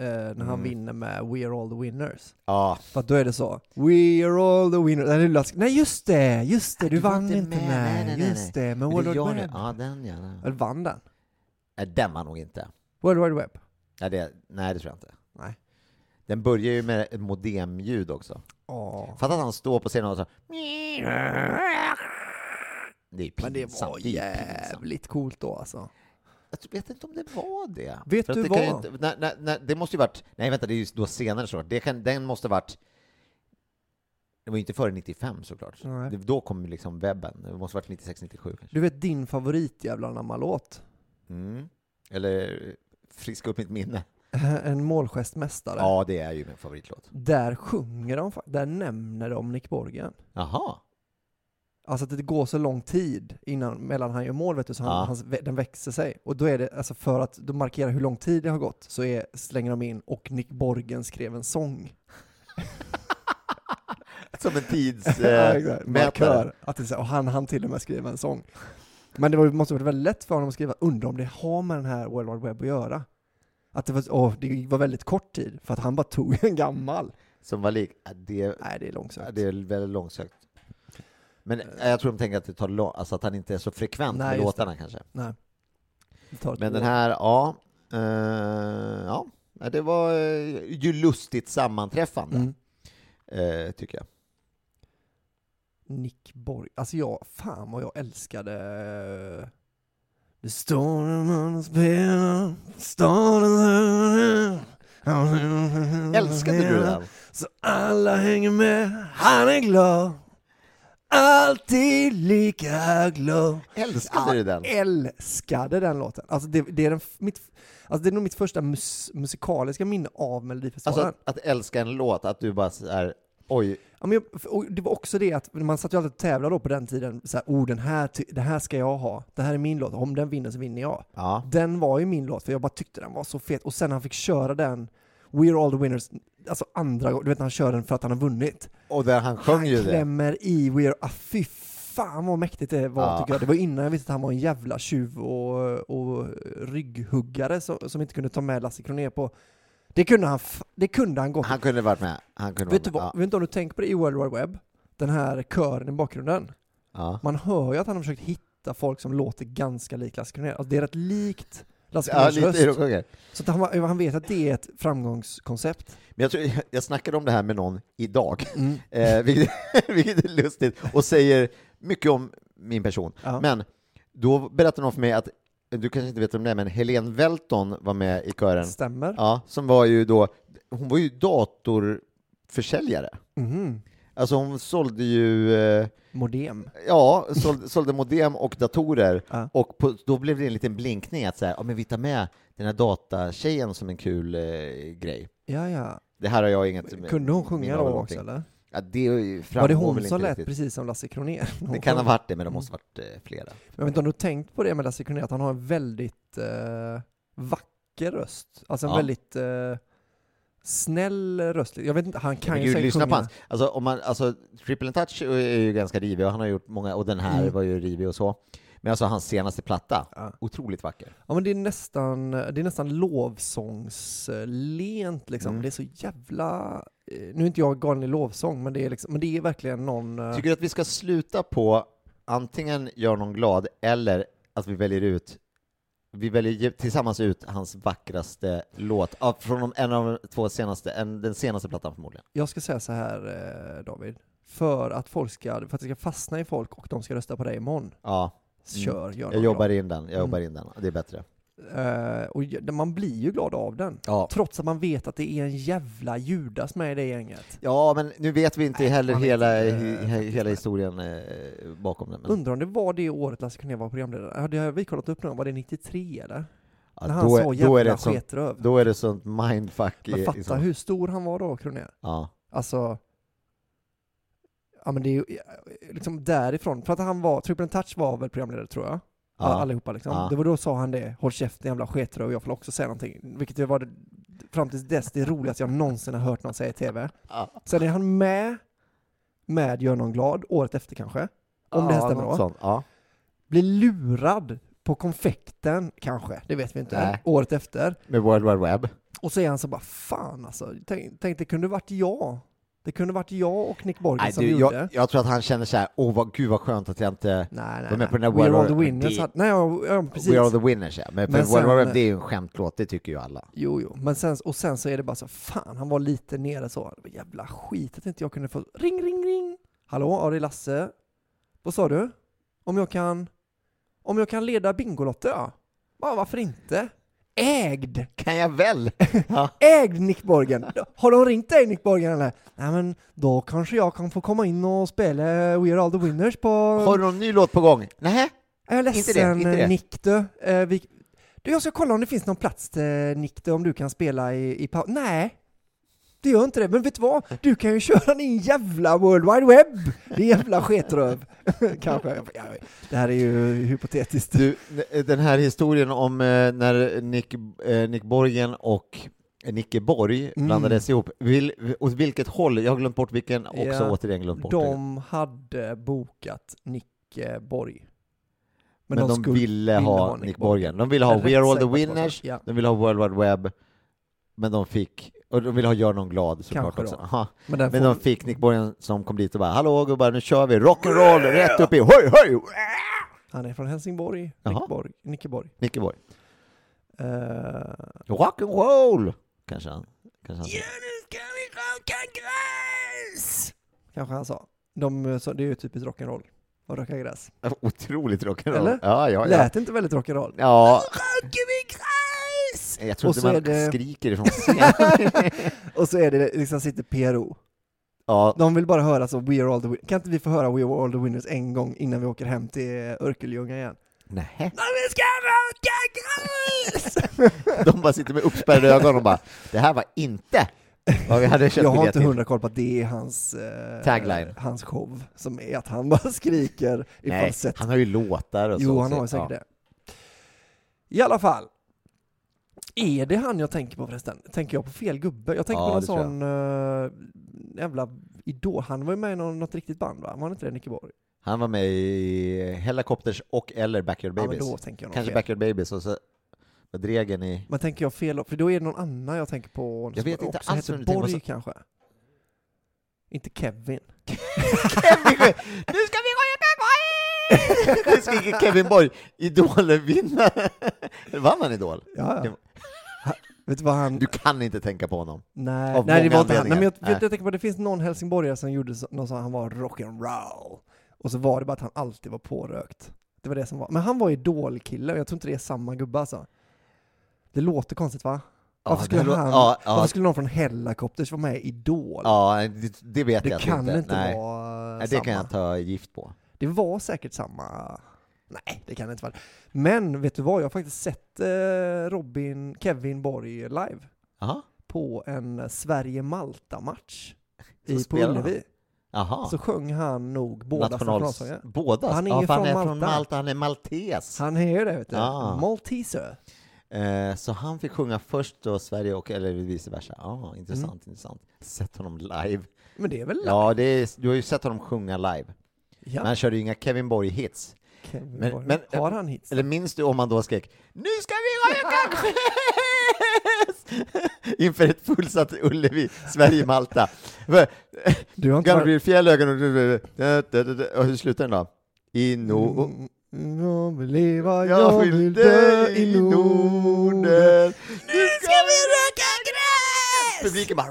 [SPEAKER 3] eh, när han
[SPEAKER 2] Mm.
[SPEAKER 3] vinner med We're All The Winners.
[SPEAKER 2] Ja,
[SPEAKER 3] För att då är det så. We're all the winners. Nej, det är Lasse- nej just det, just det,
[SPEAKER 2] Nej,
[SPEAKER 3] du, vann inte med.
[SPEAKER 2] nej, nej, nej,
[SPEAKER 3] just det, men
[SPEAKER 2] men det
[SPEAKER 3] World
[SPEAKER 2] är jag
[SPEAKER 3] Wide
[SPEAKER 2] nu.
[SPEAKER 3] Web.
[SPEAKER 2] Ja, den ja. den.
[SPEAKER 3] Eller vann den?
[SPEAKER 2] Nej, den var nog inte.
[SPEAKER 3] World Wide Web.
[SPEAKER 2] Nej det, nej, det tror jag inte.
[SPEAKER 3] Nej.
[SPEAKER 2] Den börjar ju med ett modemljud också.
[SPEAKER 3] Åh.
[SPEAKER 2] Fatta att han står på scenen och så Det är
[SPEAKER 3] Men det
[SPEAKER 2] pinsamt.
[SPEAKER 3] var
[SPEAKER 2] det är pinsamt.
[SPEAKER 3] jävligt coolt då alltså.
[SPEAKER 2] Jag vet inte om det var det.
[SPEAKER 3] Vet
[SPEAKER 2] För att
[SPEAKER 3] du
[SPEAKER 2] det kan ju
[SPEAKER 3] vad?
[SPEAKER 2] Inte, nej, nej, nej, det måste ju varit, nej vänta, det är ju då senare såklart. Det kan, den måste varit, det var ju inte före 95 såklart.
[SPEAKER 3] Nej.
[SPEAKER 2] Det, då kom ju liksom webben. Det måste varit 96, 97 kanske.
[SPEAKER 3] Du vet din favorit jävla anamma-låt?
[SPEAKER 2] Mm. Eller Friska upp mitt minne.
[SPEAKER 3] En målgestmästare.
[SPEAKER 2] Ja, det är ju min favoritlåt.
[SPEAKER 3] Där sjunger de, fa- där nämner de Nick Borgen.
[SPEAKER 2] Jaha.
[SPEAKER 3] Alltså att det går så lång tid innan, mellan han gör mål vet du, så han,
[SPEAKER 2] Ja.
[SPEAKER 3] hans, vä- den växer sig. Och då är det, alltså för att de markerar hur lång tid det har gått, så är, slänger de in och Nick Borgen skrev en sång.
[SPEAKER 2] Som en
[SPEAKER 3] Ja, exakt.
[SPEAKER 2] tidsmätare.
[SPEAKER 3] Markör. Eh, Att det är så här, och han han till och med skriva en sång. Men det var, måste ha varit väldigt lätt för honom att skriva, undrar om det har med den här World Wide Web att göra. Att det var, åh, det var väldigt kort tid, för att han bara tog en gammal.
[SPEAKER 2] som var lik. Ja, Det,
[SPEAKER 3] Nej, det är
[SPEAKER 2] Ja,
[SPEAKER 3] långsökt.
[SPEAKER 2] Det är väldigt långsökt. Men eh, jag tror de tänker att det tar lång, alltså att han inte är så frekvent
[SPEAKER 3] Nej,
[SPEAKER 2] med
[SPEAKER 3] just
[SPEAKER 2] låtarna kanske.
[SPEAKER 3] Nej. Det tar ett
[SPEAKER 2] Men
[SPEAKER 3] år.
[SPEAKER 2] den här, ja. eh, ja. Ja, Det var eh, ju lustigt sammanträffande,
[SPEAKER 3] Mm.
[SPEAKER 2] eh, tycker jag.
[SPEAKER 3] Nick Borg. Alltså jag, fan vad jag älskade... eh, The storm on the spin, storm
[SPEAKER 2] Älskade du den?
[SPEAKER 3] Så alla hänger med, han är glad. Alltid lika glad.
[SPEAKER 2] Älskade du den?
[SPEAKER 3] Älskade den låten. Alltså det, det, är, den, f- mitt, alltså det är nog mitt första mus, musikaliska minne av Melodifestivalen.
[SPEAKER 2] Alltså att, att älska en låt, att du bara så här, oj,
[SPEAKER 3] Ja, men jag, och det var också det att man satt ju alltid och tävlade då på den tiden. Så här, oh, den här, ty- det här ska jag ha. Det här är min låt. Om den vinner så vinner jag.
[SPEAKER 2] ja.
[SPEAKER 3] Den var ju min låt för jag bara tyckte den var så fet. Och sen han fick köra den, We're All The Winners, alltså andra gången. Du vet när han kör den för att han har vunnit.
[SPEAKER 2] Och där han sjöng ju det.
[SPEAKER 3] Klämmer i We're... Ah, fy fan vad mäktigt det var
[SPEAKER 2] Ja.
[SPEAKER 3] tycker jag. Det var innan jag visste att han var en jävla tjuv och, och rygghuggare som, som inte kunde ta med Lasse Kronér på... Det kunde han, f- det kunde han gått
[SPEAKER 2] Han kunde varit med. Han kunde
[SPEAKER 3] Vet du,
[SPEAKER 2] varit med.
[SPEAKER 3] vad, vet inte om du tänker på det i World Wide Web, den här kören i bakgrunden.
[SPEAKER 2] Ja.
[SPEAKER 3] Man hör ju att han har försökt hitta folk som låter ganska lik Lasse Kronér. Alltså det är rätt likt Lasse
[SPEAKER 2] Ja,
[SPEAKER 3] Kronérs
[SPEAKER 2] lite
[SPEAKER 3] röst.
[SPEAKER 2] ironisk.
[SPEAKER 3] Så att han, var- han vet att det är ett framgångskoncept.
[SPEAKER 2] Men jag, tror, jag snackade om det här med någon idag, eh, vilket, vilket är lustigt, och säger mycket om min person.
[SPEAKER 3] Ja.
[SPEAKER 2] Men då berättade någon för mig att, du kanske inte vet om det är, men Helene Welton var med i kören.
[SPEAKER 3] Stämmer.
[SPEAKER 2] Ja, som var ju då, hon var ju datorförsäljare.
[SPEAKER 3] Mhm.
[SPEAKER 2] Alltså hon sålde ju, eh,
[SPEAKER 3] Modem.
[SPEAKER 2] ja, sålde, sålde modem och datorer.
[SPEAKER 3] Ja.
[SPEAKER 2] Och på, då blev det en liten blinkning att så här, ja men vi tar med den här datatjejen som en kul eh, grej.
[SPEAKER 3] Ja, ja.
[SPEAKER 2] Det här har jag inget med-
[SPEAKER 3] Kunde hon
[SPEAKER 2] minne
[SPEAKER 3] sjunga
[SPEAKER 2] av
[SPEAKER 3] då
[SPEAKER 2] någonting.
[SPEAKER 3] också eller?
[SPEAKER 2] Ja, det är ju- framgår
[SPEAKER 3] Var det hon
[SPEAKER 2] väl
[SPEAKER 3] som
[SPEAKER 2] inte
[SPEAKER 3] lät
[SPEAKER 2] riktigt.
[SPEAKER 3] precis som Lasse Kronér?
[SPEAKER 2] Det kan ha varit det, men det måste ha varit eh, flera.
[SPEAKER 3] Jag vet inte om du har tänkt på det med Lasse Kronér, att han har en väldigt eh, vacker röst. Alltså en
[SPEAKER 2] Ja.
[SPEAKER 3] väldigt eh, snäll röst. Jag vet inte, han kan
[SPEAKER 2] Men
[SPEAKER 3] ju
[SPEAKER 2] gud,
[SPEAKER 3] säkert
[SPEAKER 2] lyssna på
[SPEAKER 3] sjunga.
[SPEAKER 2] hans. Alltså, om man, alltså, Triple and Touch är ju ganska rivig och han har gjort många, och den här
[SPEAKER 3] Mm.
[SPEAKER 2] var ju rivig och så. Men alltså hans senaste platta,
[SPEAKER 3] Ja.
[SPEAKER 2] otroligt vacker.
[SPEAKER 3] Ja men det är nästan, det är nästan lovsångslent liksom.
[SPEAKER 2] Mm.
[SPEAKER 3] Det är så jävla... eh, Nu är inte jag galen i lovsång, men det är, liksom, men det är verkligen någon... eh,
[SPEAKER 2] Tycker du att vi ska sluta på antingen gör någon glad eller att vi väljer ut vi väljer ge- tillsammans ut hans vackraste låt, ja, från de- en av de två senaste, en, den senaste plattan förmodligen.
[SPEAKER 3] Jag ska säga så här eh, David. För att folk ska, för att det ska fastna i folk och de ska rösta på dig imorgon.
[SPEAKER 2] Ja,
[SPEAKER 3] Kör, gör något
[SPEAKER 2] Mm. jag jobbar
[SPEAKER 3] bra. Mm.
[SPEAKER 2] in den, jag jobbar in den, det är bättre.
[SPEAKER 3] Eh, och j- man blir ju glad av den.
[SPEAKER 2] Ja.
[SPEAKER 3] Trots att man vet att det är en jävla Judas med i det gänget.
[SPEAKER 2] Ja, men nu vet vi inte
[SPEAKER 3] Nej,
[SPEAKER 2] heller
[SPEAKER 3] man vet
[SPEAKER 2] hela,
[SPEAKER 3] inte,
[SPEAKER 2] he-
[SPEAKER 3] eh,
[SPEAKER 2] hela historien eh, bakom den. Men,
[SPEAKER 3] Undrar om det var det året Lasse Kronér var programledare? Hade jag- vi kollat upp nu? Var det 93 eller?
[SPEAKER 2] ja,
[SPEAKER 3] När han
[SPEAKER 2] då,
[SPEAKER 3] sa
[SPEAKER 2] är, då, är det
[SPEAKER 3] jävla
[SPEAKER 2] ett sånt,
[SPEAKER 3] sketröv.
[SPEAKER 2] då är det sånt mindfuck.
[SPEAKER 3] Men fatta
[SPEAKER 2] sånt-
[SPEAKER 3] hur stor han var då, Kronér.
[SPEAKER 2] eh, liksom- Ja.
[SPEAKER 3] Alltså... Ja men det är ju eh, liksom därifrån. För att han var, Triple and Touch var väl programledare tror jag.
[SPEAKER 2] Ja.
[SPEAKER 3] Allihopa liksom.
[SPEAKER 2] Ja.
[SPEAKER 3] Det var då sa han det, håll käften jävla sketröv och jag får också säga någonting. Vilket det var det, fram tills dess det roligaste jag någonsin har hört någon säga i TV.
[SPEAKER 2] Ja.
[SPEAKER 3] Sen är han med, med Gör någon glad, året efter kanske. Om det här
[SPEAKER 2] Ja,
[SPEAKER 3] stämmer
[SPEAKER 2] något
[SPEAKER 3] då.
[SPEAKER 2] sånt, Ja.
[SPEAKER 3] Blir lurad på konfekten kanske, det vet vi inte.
[SPEAKER 2] Nej.
[SPEAKER 3] Året efter.
[SPEAKER 2] Med World Wide Web.
[SPEAKER 3] Och så är han så bara, fan alltså. Tänk, tänk det kunde varit jag. Det kunde varit jag och Nick Borgen
[SPEAKER 2] Nej,
[SPEAKER 3] som
[SPEAKER 2] du,
[SPEAKER 3] gjorde.
[SPEAKER 2] jag, jag tror att han känner så här, åh vad, gud vad skönt att jag inte...
[SPEAKER 3] Nej, nej,
[SPEAKER 2] Var med
[SPEAKER 3] nej.
[SPEAKER 2] på den där
[SPEAKER 3] We're
[SPEAKER 2] World
[SPEAKER 3] all the
[SPEAKER 2] War-
[SPEAKER 3] winners.
[SPEAKER 2] det-
[SPEAKER 3] hade- Nej, ja, ja, precis.
[SPEAKER 2] We are the winners ja. Men,
[SPEAKER 3] Men
[SPEAKER 2] men World Wide
[SPEAKER 3] sen-
[SPEAKER 2] Web det är ju en skämtlåt, det tycker ju alla.
[SPEAKER 3] Jo, jo. Men sen, och sen så är det bara så, fan han var lite nere så. Det var jävla skit att inte jag kunde få, ring, ring, ring. Hallå, ja det är Lasse. Vad sa du? Om jag kan, om jag kan leda Bingolotto ja. ja. Varför inte? Ägd!
[SPEAKER 2] Kan jag väl? ja.
[SPEAKER 3] Ägd Nick Borgen! Har de ringt dig Nick Borgen eller? Nej men då kanske jag kan få komma in och spela We Are All The Winners på...
[SPEAKER 2] Har du någon ny låt på gång? Nej.
[SPEAKER 3] Jag är
[SPEAKER 2] Inte det,
[SPEAKER 3] ledsen
[SPEAKER 2] inte det.
[SPEAKER 3] Nick du. Eh, vi... du. Jag ska kolla om det finns någon plats till Nick du, om du kan spela i, i pau- Nej, det gör inte det. Men vet du vad? Du kan ju köra din jävla World Wide Web! Din jävla sketröv. Kanske. Jag- jag- Det här är ju hypotetiskt.
[SPEAKER 2] Du, n- den här historien om eh, när Nick, eh, Nick Borgen och Nicke Borg
[SPEAKER 3] Mm.
[SPEAKER 2] blandades ihop, Vil, åt vilket håll? Jag har glömt bort vilken, också
[SPEAKER 3] Ja,
[SPEAKER 2] återigen glömt bort. vilken.
[SPEAKER 3] De hade bokat Nick eh, Borg.
[SPEAKER 2] Men, de,
[SPEAKER 3] skulle-
[SPEAKER 2] ville ha Nick Borgen. De ville ha
[SPEAKER 3] Jag är
[SPEAKER 2] We
[SPEAKER 3] rätt
[SPEAKER 2] Are All The
[SPEAKER 3] säker på att det var så.
[SPEAKER 2] Winners,
[SPEAKER 3] Ja.
[SPEAKER 2] de ville ha World Wide Web, men de fick, och de ville ha Gör någon glad såklart
[SPEAKER 3] Kanske
[SPEAKER 2] också.
[SPEAKER 3] då.
[SPEAKER 2] Aha.
[SPEAKER 3] Men den
[SPEAKER 2] Men
[SPEAKER 3] får-
[SPEAKER 2] de fick Nick Borgen som kom dit och bara ”Hallå gubbar, nu kör vi rock'n'roll rätt upp i höj, höj!”
[SPEAKER 3] Han är från Helsingborg,
[SPEAKER 2] Jaha.
[SPEAKER 3] Nick Borg. Nicke Borg.
[SPEAKER 2] Nicke Borg.
[SPEAKER 3] Eh,
[SPEAKER 2] Rock'n'roll! Kanske han. Kanske han.
[SPEAKER 3] kanske han sa. De, eh, så, det är ju typiskt rock'n'roll. Att röka gräs.
[SPEAKER 2] Otroligt rock'n'roll.
[SPEAKER 3] Eller?
[SPEAKER 2] Ja, ja, ja.
[SPEAKER 3] Lät inte väldigt rock'n'roll?
[SPEAKER 2] ja.
[SPEAKER 3] Röker vi gräs!
[SPEAKER 2] Jag tror
[SPEAKER 3] Och
[SPEAKER 2] inte
[SPEAKER 3] så är
[SPEAKER 2] man
[SPEAKER 3] det-
[SPEAKER 2] skriker ifrån scenen.
[SPEAKER 3] Och så är det liksom sitter PRO.
[SPEAKER 2] ja,
[SPEAKER 3] De vill bara höra så We are all the winners. Kan inte vi få höra We are all the winners en gång innan vi åker hem till Örkelljunga igen?
[SPEAKER 2] nej.
[SPEAKER 3] Men vi ska röka gräs!
[SPEAKER 2] De bara sitter med uppspärrade ögon och bara ”Det här var inte vad vi hade köpt
[SPEAKER 3] Jag har
[SPEAKER 2] biljett
[SPEAKER 3] inte
[SPEAKER 2] till."
[SPEAKER 3] hundra koll på att det är hans... eh,
[SPEAKER 2] Tagline.
[SPEAKER 3] Hans show. Som är att han bara skriker i
[SPEAKER 2] Nej,
[SPEAKER 3] falsett.
[SPEAKER 2] han har ju låtar och så.
[SPEAKER 3] Jo, han
[SPEAKER 2] så-
[SPEAKER 3] har säkert
[SPEAKER 2] ja.
[SPEAKER 3] det. I alla fall. Är det han jag tänker på förresten? Tänker jag på fel gubbe? Jag tänker
[SPEAKER 2] Ja,
[SPEAKER 3] på någon
[SPEAKER 2] det tror jag.
[SPEAKER 3] sån uh, jävla idol. Han var ju med i någon, något riktigt band va? Var han inte det, Nicke Borg?
[SPEAKER 2] Han var med i Hellacopters och eller Backyard
[SPEAKER 3] Ja, men
[SPEAKER 2] Babies.
[SPEAKER 3] då tänker jag nog
[SPEAKER 2] Kanske
[SPEAKER 3] fel.
[SPEAKER 2] Backyard Babies och så var Dregen i...
[SPEAKER 3] Men tänker jag fel? För då är det någon annan jag tänker på.
[SPEAKER 2] Jag
[SPEAKER 3] som
[SPEAKER 2] vet inte
[SPEAKER 3] också
[SPEAKER 2] alls
[SPEAKER 3] heter
[SPEAKER 2] vem du tänker på.
[SPEAKER 3] Borg kanske? Inte Kevin.
[SPEAKER 2] nu ska vi röka
[SPEAKER 4] Det skriker Kevin Borg, Idol-vinnare. Vann han Idol?
[SPEAKER 3] Ja, ja.
[SPEAKER 4] Det-
[SPEAKER 3] Vet du vad han...
[SPEAKER 4] Du kan inte tänka på honom.
[SPEAKER 3] Nej,
[SPEAKER 4] Av
[SPEAKER 3] nej det
[SPEAKER 4] många
[SPEAKER 3] var inte han. Nej, men jag,
[SPEAKER 4] anledningar.
[SPEAKER 3] jag, jag tänker på, det finns någon helsingborgare som gjorde så, någon sa han var rock'n'roll. Och så var det bara att han alltid var pårökt. Det var det som var. Men han var idolkille och jag tror inte det är samma gubbe alltså. Det låter konstigt va?
[SPEAKER 4] Ja,
[SPEAKER 3] Varför skulle,
[SPEAKER 4] det lå-
[SPEAKER 3] han,
[SPEAKER 4] ja, ja.
[SPEAKER 3] varför skulle någon från Hellacopters vara med i Idol?
[SPEAKER 4] Ja, det, det vet
[SPEAKER 3] det
[SPEAKER 4] jag
[SPEAKER 3] kan
[SPEAKER 4] inte.
[SPEAKER 3] inte,
[SPEAKER 4] Nej.
[SPEAKER 3] vara
[SPEAKER 4] Nej,
[SPEAKER 3] samma.
[SPEAKER 4] det kan jag ta gift på.
[SPEAKER 3] Det var säkert samma... Nej, det kan det inte vara. Men vet du vad? Jag har faktiskt sett eh, Robin, Kevin Borg live
[SPEAKER 4] Jaha.
[SPEAKER 3] på en Sverige-Malta-match
[SPEAKER 4] Så
[SPEAKER 3] i på
[SPEAKER 4] spelar han.
[SPEAKER 3] Ullevi.
[SPEAKER 4] Jaha.
[SPEAKER 3] Så sjöng han nog båda
[SPEAKER 4] Nationals-
[SPEAKER 3] nationalsångerna.
[SPEAKER 4] Båda?
[SPEAKER 3] Han är
[SPEAKER 4] ja,
[SPEAKER 3] ju
[SPEAKER 4] för
[SPEAKER 3] från
[SPEAKER 4] han är från
[SPEAKER 3] Malta.
[SPEAKER 4] Malta, han är maltes.
[SPEAKER 3] Han är ju det, vet du.
[SPEAKER 4] Ah.
[SPEAKER 3] Malteser.
[SPEAKER 4] Eh, så han fick sjunga först då Sverige och, eller vice versa. Ja, intressant,
[SPEAKER 3] Mm.
[SPEAKER 4] intressant. Sett honom live.
[SPEAKER 3] Men det är väl...
[SPEAKER 4] Ja, det är, du har ju sett honom sjunga live.
[SPEAKER 3] Ja,
[SPEAKER 4] Men han körde ju inga Kevin Borg-hits.
[SPEAKER 3] Kevin
[SPEAKER 4] men-
[SPEAKER 3] Borg.
[SPEAKER 4] men-
[SPEAKER 3] har han hits?
[SPEAKER 4] Eller minns du om han då skrek ”Nu ska vi röka gräs!” inför ett fullsatt Ullevi, Sverige-Malta?
[SPEAKER 3] Du har inte varit...
[SPEAKER 4] Gabriel Fjällögon och... och hur slutar den då? I no...
[SPEAKER 3] Mm, Jag vill leva,
[SPEAKER 4] Jag vill dö i Norden Nu ska vi röka gräs! Publiken bara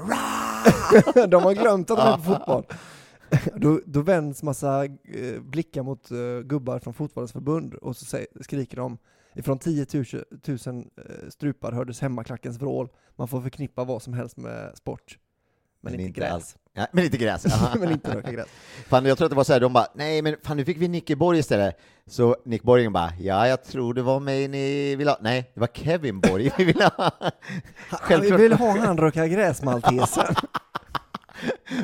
[SPEAKER 4] "Ra!"
[SPEAKER 3] De har glömt att de är
[SPEAKER 4] Ah.
[SPEAKER 3] på fotboll. Då, då vänds massa eh, blickar mot eh, gubbar från fotbollens förbund och så säger, skriker de ifrån 10 000 eh, strupar hördes hemmaklackens vrål. Man får förknippa vad som helst med sport. Men,
[SPEAKER 4] Men
[SPEAKER 3] inte,
[SPEAKER 4] inte
[SPEAKER 3] gräs.
[SPEAKER 4] alls. Ja, men inte gräs. ja.
[SPEAKER 3] men inte röka gräs.
[SPEAKER 4] Fan, jag tror att det var så här, de bara nej men fan nu fick vi Nicke Borg istället. Så Nick Borgen bara ja jag tror det var mig ni ville ha. Nej, det var Kevin Borg vi ville ha.
[SPEAKER 3] Vi
[SPEAKER 4] Självklart.
[SPEAKER 3] vill ha han röka gräs, maltesen.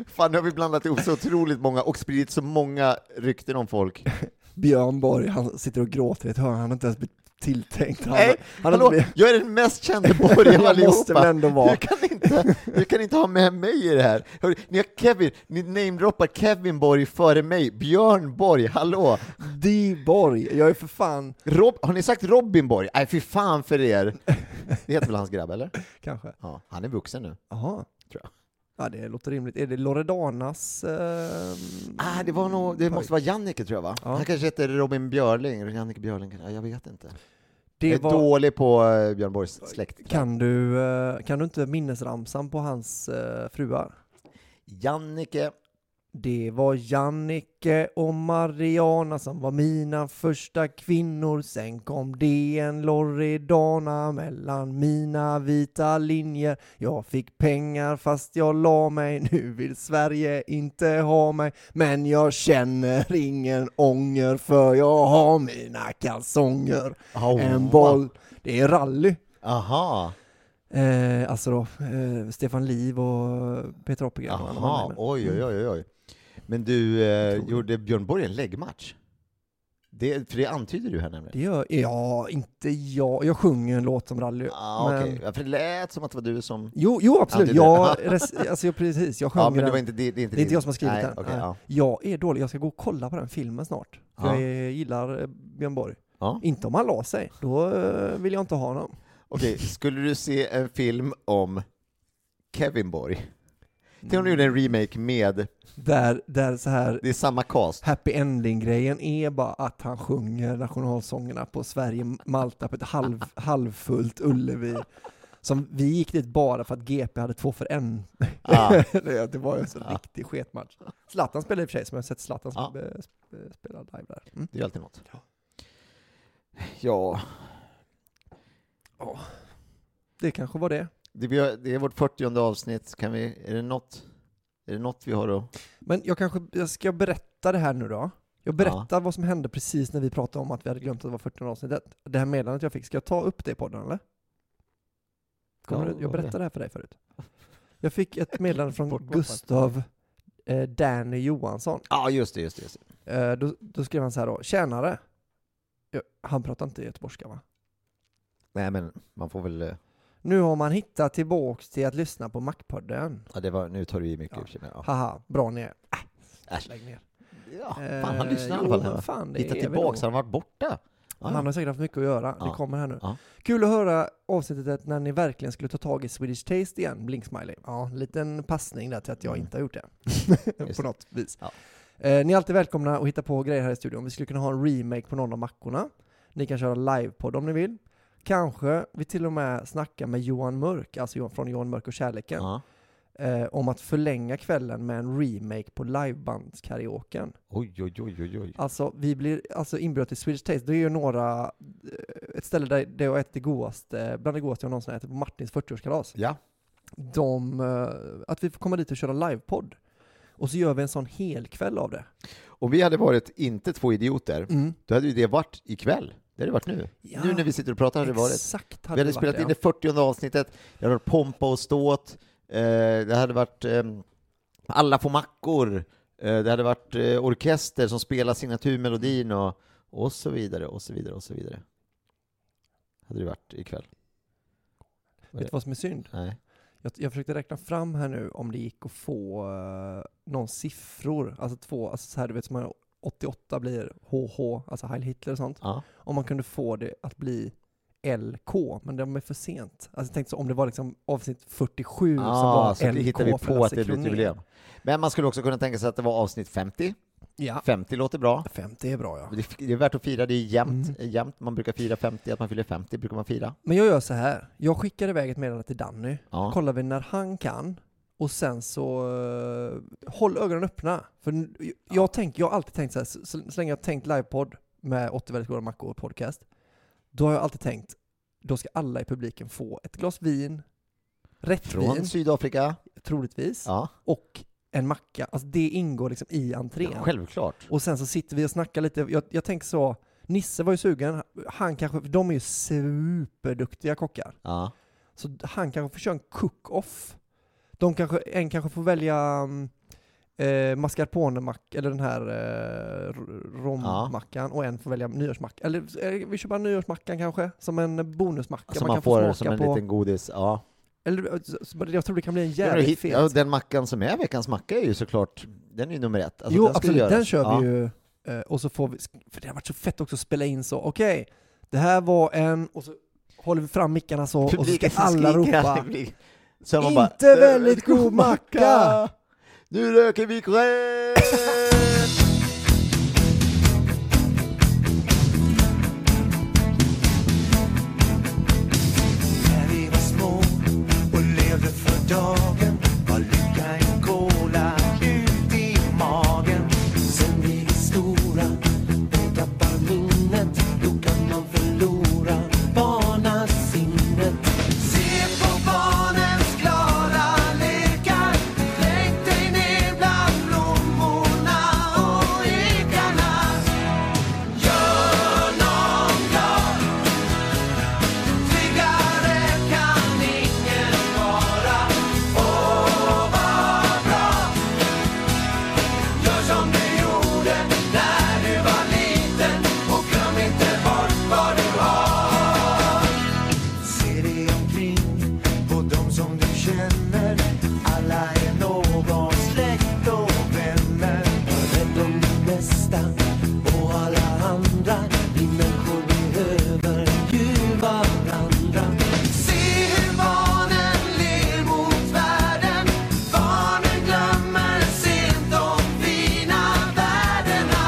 [SPEAKER 4] Fan nu har vi blandat ihop så otroligt många och spridit så många rykten om folk.
[SPEAKER 3] Björn Borg, han sitter och gråter i ett hörn. Han har inte ens blivit tilltänkt. Han,
[SPEAKER 4] nej,
[SPEAKER 3] han har
[SPEAKER 4] hallå,
[SPEAKER 3] inte blivit-
[SPEAKER 4] jag är den mest kände Borgen av
[SPEAKER 3] Jag
[SPEAKER 4] allihopa.
[SPEAKER 3] måste väl ändå vara.
[SPEAKER 4] Du kan inte, du kan inte ha med mig i det här. Hörru, ni har Kevin, ni namedroppar Kevin Borg före mig. Björn Borg, hallå!
[SPEAKER 3] D. Borg, jag är för fan,
[SPEAKER 4] Rob, har ni sagt Robin Borg? Nej, fy fan för er! Det heter väl hans grabb, eller?
[SPEAKER 3] kanske.
[SPEAKER 4] Ja, han är vuxen nu.
[SPEAKER 3] Jaha.
[SPEAKER 4] Tror jag.
[SPEAKER 3] Ja, det låter rimligt. Är det Loredanas... Eh,
[SPEAKER 4] Ah, det var nog, det måste vara Jannike tror jag va?
[SPEAKER 3] Ja.
[SPEAKER 4] Han kanske heter Robin Björling, Jannike Björling, kanske. Ja, jag vet inte.
[SPEAKER 3] det
[SPEAKER 4] jag är
[SPEAKER 3] var-
[SPEAKER 4] dålig på eh, Björn Borgs släkt.
[SPEAKER 3] Kan du, eh, kan du inte minnesramsan på hans eh, fruar?
[SPEAKER 4] Jannike,
[SPEAKER 3] Det var Jannike och Mariana som var mina första kvinnor. Sen kom det en Loredana mellan mina vita linjer. Jag fick pengar fast jag la mig. Nu vill Sverige inte ha mig. Men jag känner ingen ånger för jag har mina kalsonger.
[SPEAKER 4] Oh,
[SPEAKER 3] en
[SPEAKER 4] wow.
[SPEAKER 3] boll. Det är rally.
[SPEAKER 4] aha,
[SPEAKER 3] Eh, alltså då, eh, Stefan Liv och Peter Oppegren. och alla de här
[SPEAKER 4] aha,
[SPEAKER 3] männen.
[SPEAKER 4] oj oj oj oj. Men du,
[SPEAKER 3] Mm.
[SPEAKER 4] eh, gjorde Björn Borg en läggmatch? Det, för det antyder du här nämligen.
[SPEAKER 3] Det gör ja, inte jag. Jag sjunger en låt om rally.
[SPEAKER 4] Ah, okej.
[SPEAKER 3] men-
[SPEAKER 4] ja, för det lät som att det var du som...
[SPEAKER 3] Jo, jo absolut.
[SPEAKER 4] Alltid det.
[SPEAKER 3] Jag, res- alltså, jag, precis, jag sjunger
[SPEAKER 4] Ja, men det
[SPEAKER 3] den.
[SPEAKER 4] var inte det, det är inte
[SPEAKER 3] Det är
[SPEAKER 4] din-
[SPEAKER 3] inte jag som har skrivit
[SPEAKER 4] Nej,
[SPEAKER 3] den.
[SPEAKER 4] okej,
[SPEAKER 3] Nej.
[SPEAKER 4] ja.
[SPEAKER 3] Jag är dålig. Jag ska gå och kolla på den filmen snart. För
[SPEAKER 4] Ja.
[SPEAKER 3] Jag gillar eh, Björn Borg.
[SPEAKER 4] Ja.
[SPEAKER 3] Inte om han la sig. Då eh, vill jag inte ha honom.
[SPEAKER 4] Okej, skulle du se en film om Kevin Borg? Tänk om du gjorde en remake med,
[SPEAKER 3] Där, där så här
[SPEAKER 4] det är samma cast.
[SPEAKER 3] happy ending-grejen är bara att han sjunger nationalsångerna på Sverige-Malta på ett halv, halvfullt Ullevi. Som vi gick dit bara för att GP hade två för en.
[SPEAKER 4] Ah.
[SPEAKER 3] det det var ju en sån riktig sketmatch. Zlatan spelade i och för sig, som jag har sett Zlatan
[SPEAKER 4] Ja.
[SPEAKER 3] sp- eh, sp- eh, spela live där. Mm.
[SPEAKER 4] Det är ju alltid något. Ja,
[SPEAKER 3] Det kanske var det.
[SPEAKER 4] det, blir- det är vårt 40 avsnitt. Kan vi, är, det något, är det något vi har att...
[SPEAKER 3] Men jag kanske, jag ska berätta det här nu då? Jag berättar vad som hände precis när vi pratade om att vi hade glömt att det var 40 avsnittet. Det här meddelandet jag fick, ska jag ta upp det i podden eller? Kommer
[SPEAKER 4] Ja,
[SPEAKER 3] du, jag
[SPEAKER 4] det-
[SPEAKER 3] berättade det här för dig förut. Jag fick ett meddelande från
[SPEAKER 4] Bortklippat.
[SPEAKER 3] Gustav eh, Danny Johansson.
[SPEAKER 4] Ja, just det, just det. Just det.
[SPEAKER 3] Eh, då, då skrev han så här då, tjänare. Ja, han pratar inte göteborgska va?
[SPEAKER 4] Nej, men man får väl... eh,
[SPEAKER 3] Nu har man hittat tillbaks till att lyssna på Macpodden.
[SPEAKER 4] Ja, det var, nu tar du i mycket
[SPEAKER 3] Ja.
[SPEAKER 4] ja. men, ja.
[SPEAKER 3] Haha, bra ni är.
[SPEAKER 4] Äsch.
[SPEAKER 3] Lägg ner. Eh,
[SPEAKER 4] ja, fan, han lyssnar i alla
[SPEAKER 3] jo,
[SPEAKER 4] fall.
[SPEAKER 3] men
[SPEAKER 4] här.
[SPEAKER 3] fan, det
[SPEAKER 4] Hitta
[SPEAKER 3] är väl
[SPEAKER 4] tillbaks,
[SPEAKER 3] nog-
[SPEAKER 4] han har varit borta. Ja,
[SPEAKER 3] Han har säkert haft mycket att göra. Det
[SPEAKER 4] Ja.
[SPEAKER 3] kommer här nu.
[SPEAKER 4] Ja.
[SPEAKER 3] Kul att höra avsnittet när ni verkligen skulle ta tag i Swedish Taste igen, blink smiley. Ja, en liten passning där till att jag
[SPEAKER 4] Mm.
[SPEAKER 3] inte har gjort det.
[SPEAKER 4] Just
[SPEAKER 3] På
[SPEAKER 4] det.
[SPEAKER 3] något vis.
[SPEAKER 4] Ja.
[SPEAKER 3] Eh, ni är alltid välkomna att hitta på grejer här i studion. Vi skulle kunna ha en remake på någon av mackorna. Ni kan köra livepodd om ni vill. Kanske vi till och med snackar med Johan Mörk, alltså Johan- från Johan Mörk och kärleken,
[SPEAKER 2] Ja.
[SPEAKER 3] eh, om att förlänga kvällen med en remake på livebandskaraoken.
[SPEAKER 2] Oj, oj, oj, oj, oj.
[SPEAKER 3] Alltså, vi blir alltså inbjudna till Swedish Taste. Det är ju några, eh, ett ställe där det har ätit det godaste, bland det godaste jag någonsin har ätit på Martins 40-årskalas.
[SPEAKER 2] Ja.
[SPEAKER 3] De, eh, att vi får komma dit och köra livepodd. Och så gör vi en sån helkväll av det. Mm.
[SPEAKER 2] Om vi hade varit inte två idioter, då hade ju det varit ikväll. Det hade det varit nu.
[SPEAKER 3] Ja.
[SPEAKER 2] Nu när vi sitter och pratar hade det varit.
[SPEAKER 3] Exakt
[SPEAKER 2] Vi hade
[SPEAKER 3] det
[SPEAKER 2] spelat
[SPEAKER 3] varit
[SPEAKER 2] in det 40 avsnittet, det hade varit pompa och ståt, eh, det hade varit ehm, alla på mackor, eh, det hade varit eh, orkester som spelar signaturmelodin och, och så vidare, och så vidare, och så vidare. Hade det varit ikväll.
[SPEAKER 3] ja. Vet du vad som är synd?
[SPEAKER 2] Nej.
[SPEAKER 3] Jag, jag försökte räkna fram här nu om det gick att få eh, någon siffror, alltså två, alltså så här du vet som här 88 blir HH, alltså Heil Hitler och sånt.
[SPEAKER 2] Ja.
[SPEAKER 3] om man kunde få det att bli LK, men det var för sent. Alltså jag tänkte så, om det var liksom avsnitt 47 som var
[SPEAKER 2] Ah, så det
[SPEAKER 3] LK
[SPEAKER 2] hittar vi
[SPEAKER 3] för
[SPEAKER 2] på att
[SPEAKER 3] Lasse
[SPEAKER 2] det blir ett
[SPEAKER 3] Kronér.
[SPEAKER 2] jubileum. Men man skulle också kunna tänka sig att det var avsnitt 50.
[SPEAKER 3] Ja,
[SPEAKER 2] 50 låter bra.
[SPEAKER 3] 50 är bra ja. Mm.
[SPEAKER 2] Det är- det är värt att fira, det är jämnt. jämnt. Man brukar fira 50, att man fyller 50 brukar man fira.
[SPEAKER 3] Men jag gör så här, jag skickar iväg ett meddelande till Danny,
[SPEAKER 2] Ja.
[SPEAKER 3] kollar vi när han kan, och sen så eh, håll ögonen öppna. För n- jag, tänk, jag har alltid tänkt så här, så, så så länge jag har tänkt livepodd med 80 väldigt goda mackor och podcast, då har jag alltid tänkt, då ska alla i publiken få ett glas vin, rätt
[SPEAKER 2] Från
[SPEAKER 3] vin,
[SPEAKER 2] Sydafrika.
[SPEAKER 3] troligtvis,
[SPEAKER 2] Ja.
[SPEAKER 3] och en macka. Alltså det ingår liksom i entrén.
[SPEAKER 2] Självklart.
[SPEAKER 3] Och sen så sitter vi och snackar lite. Jag, jag tänker så, Nisse var ju sugen. Han kanske, för de är ju superduktiga kockar.
[SPEAKER 2] Ja.
[SPEAKER 3] Så han kanske får köra en cook-off. De kanske, en kanske får välja mm, eh, mascarpone-macka, eller den här eh, r- rommackan, och en får välja nyårsmacka. Eller eh, vi kör bara nyårsmackan kanske, som en bonusmacka.
[SPEAKER 2] Som man, får
[SPEAKER 3] smaka
[SPEAKER 2] som en liten godis. Ja.
[SPEAKER 3] Eller, eh, så- så- jag tror det kan bli en
[SPEAKER 2] Ja, men
[SPEAKER 3] jävligt
[SPEAKER 2] hit-
[SPEAKER 3] fet.
[SPEAKER 2] ja, den mackan som är veckans macka är ju såklart, den är ju nummer ett. Alltså,
[SPEAKER 3] jo,
[SPEAKER 2] den ska
[SPEAKER 3] absolut.
[SPEAKER 2] göras.
[SPEAKER 3] Den kör
[SPEAKER 2] Ja.
[SPEAKER 3] vi ju. eh, Och så får vi, för det har varit så fett också att spela in så, okej, det här var en, och så håller vi fram mickarna så, och så ska
[SPEAKER 2] Publiken
[SPEAKER 3] alla
[SPEAKER 2] skriker,
[SPEAKER 3] ropa.
[SPEAKER 2] publiken- Så man bara, "Äh,
[SPEAKER 3] Inte väldigt god macka!
[SPEAKER 2] Nu röker vi korrekt!
[SPEAKER 1] När vi var små och levde för dagen var lycka en kola ut i magen. Sen vi är stora och tappar minnet då kan man förlora barnasinnet. Se på barnens glada lekar. Tänk dig ner bland blommorna och ekarna. Gör någon glad. Tryggare kan ingen vara. Åh, vad bra! Gör som du gjorde när du var liten och glöm inte bort vad du har. Se dig omkring på dem som du känner. Alla är någon släkt och vänner. Var rädd om din nästa och alla andra. Vi människor behöver ju varandra. Se hur barnen ler mot världen. Barnen glömmer sent de fina värdena.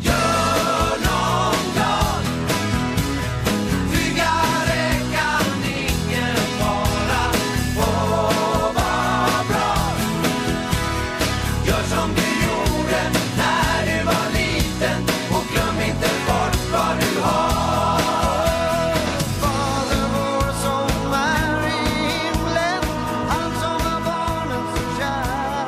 [SPEAKER 1] Gör någon glad. Tryggare kan ingen vara. Åh, vad bra! Gör som du gjorde när du var liten och glöm inte bort vad du har. Fader vår som är i himlen, han som var barnen så kär.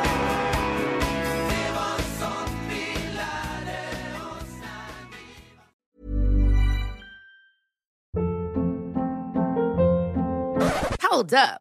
[SPEAKER 1] Det var sånt vi lärde oss när vi
[SPEAKER 7] Hold up.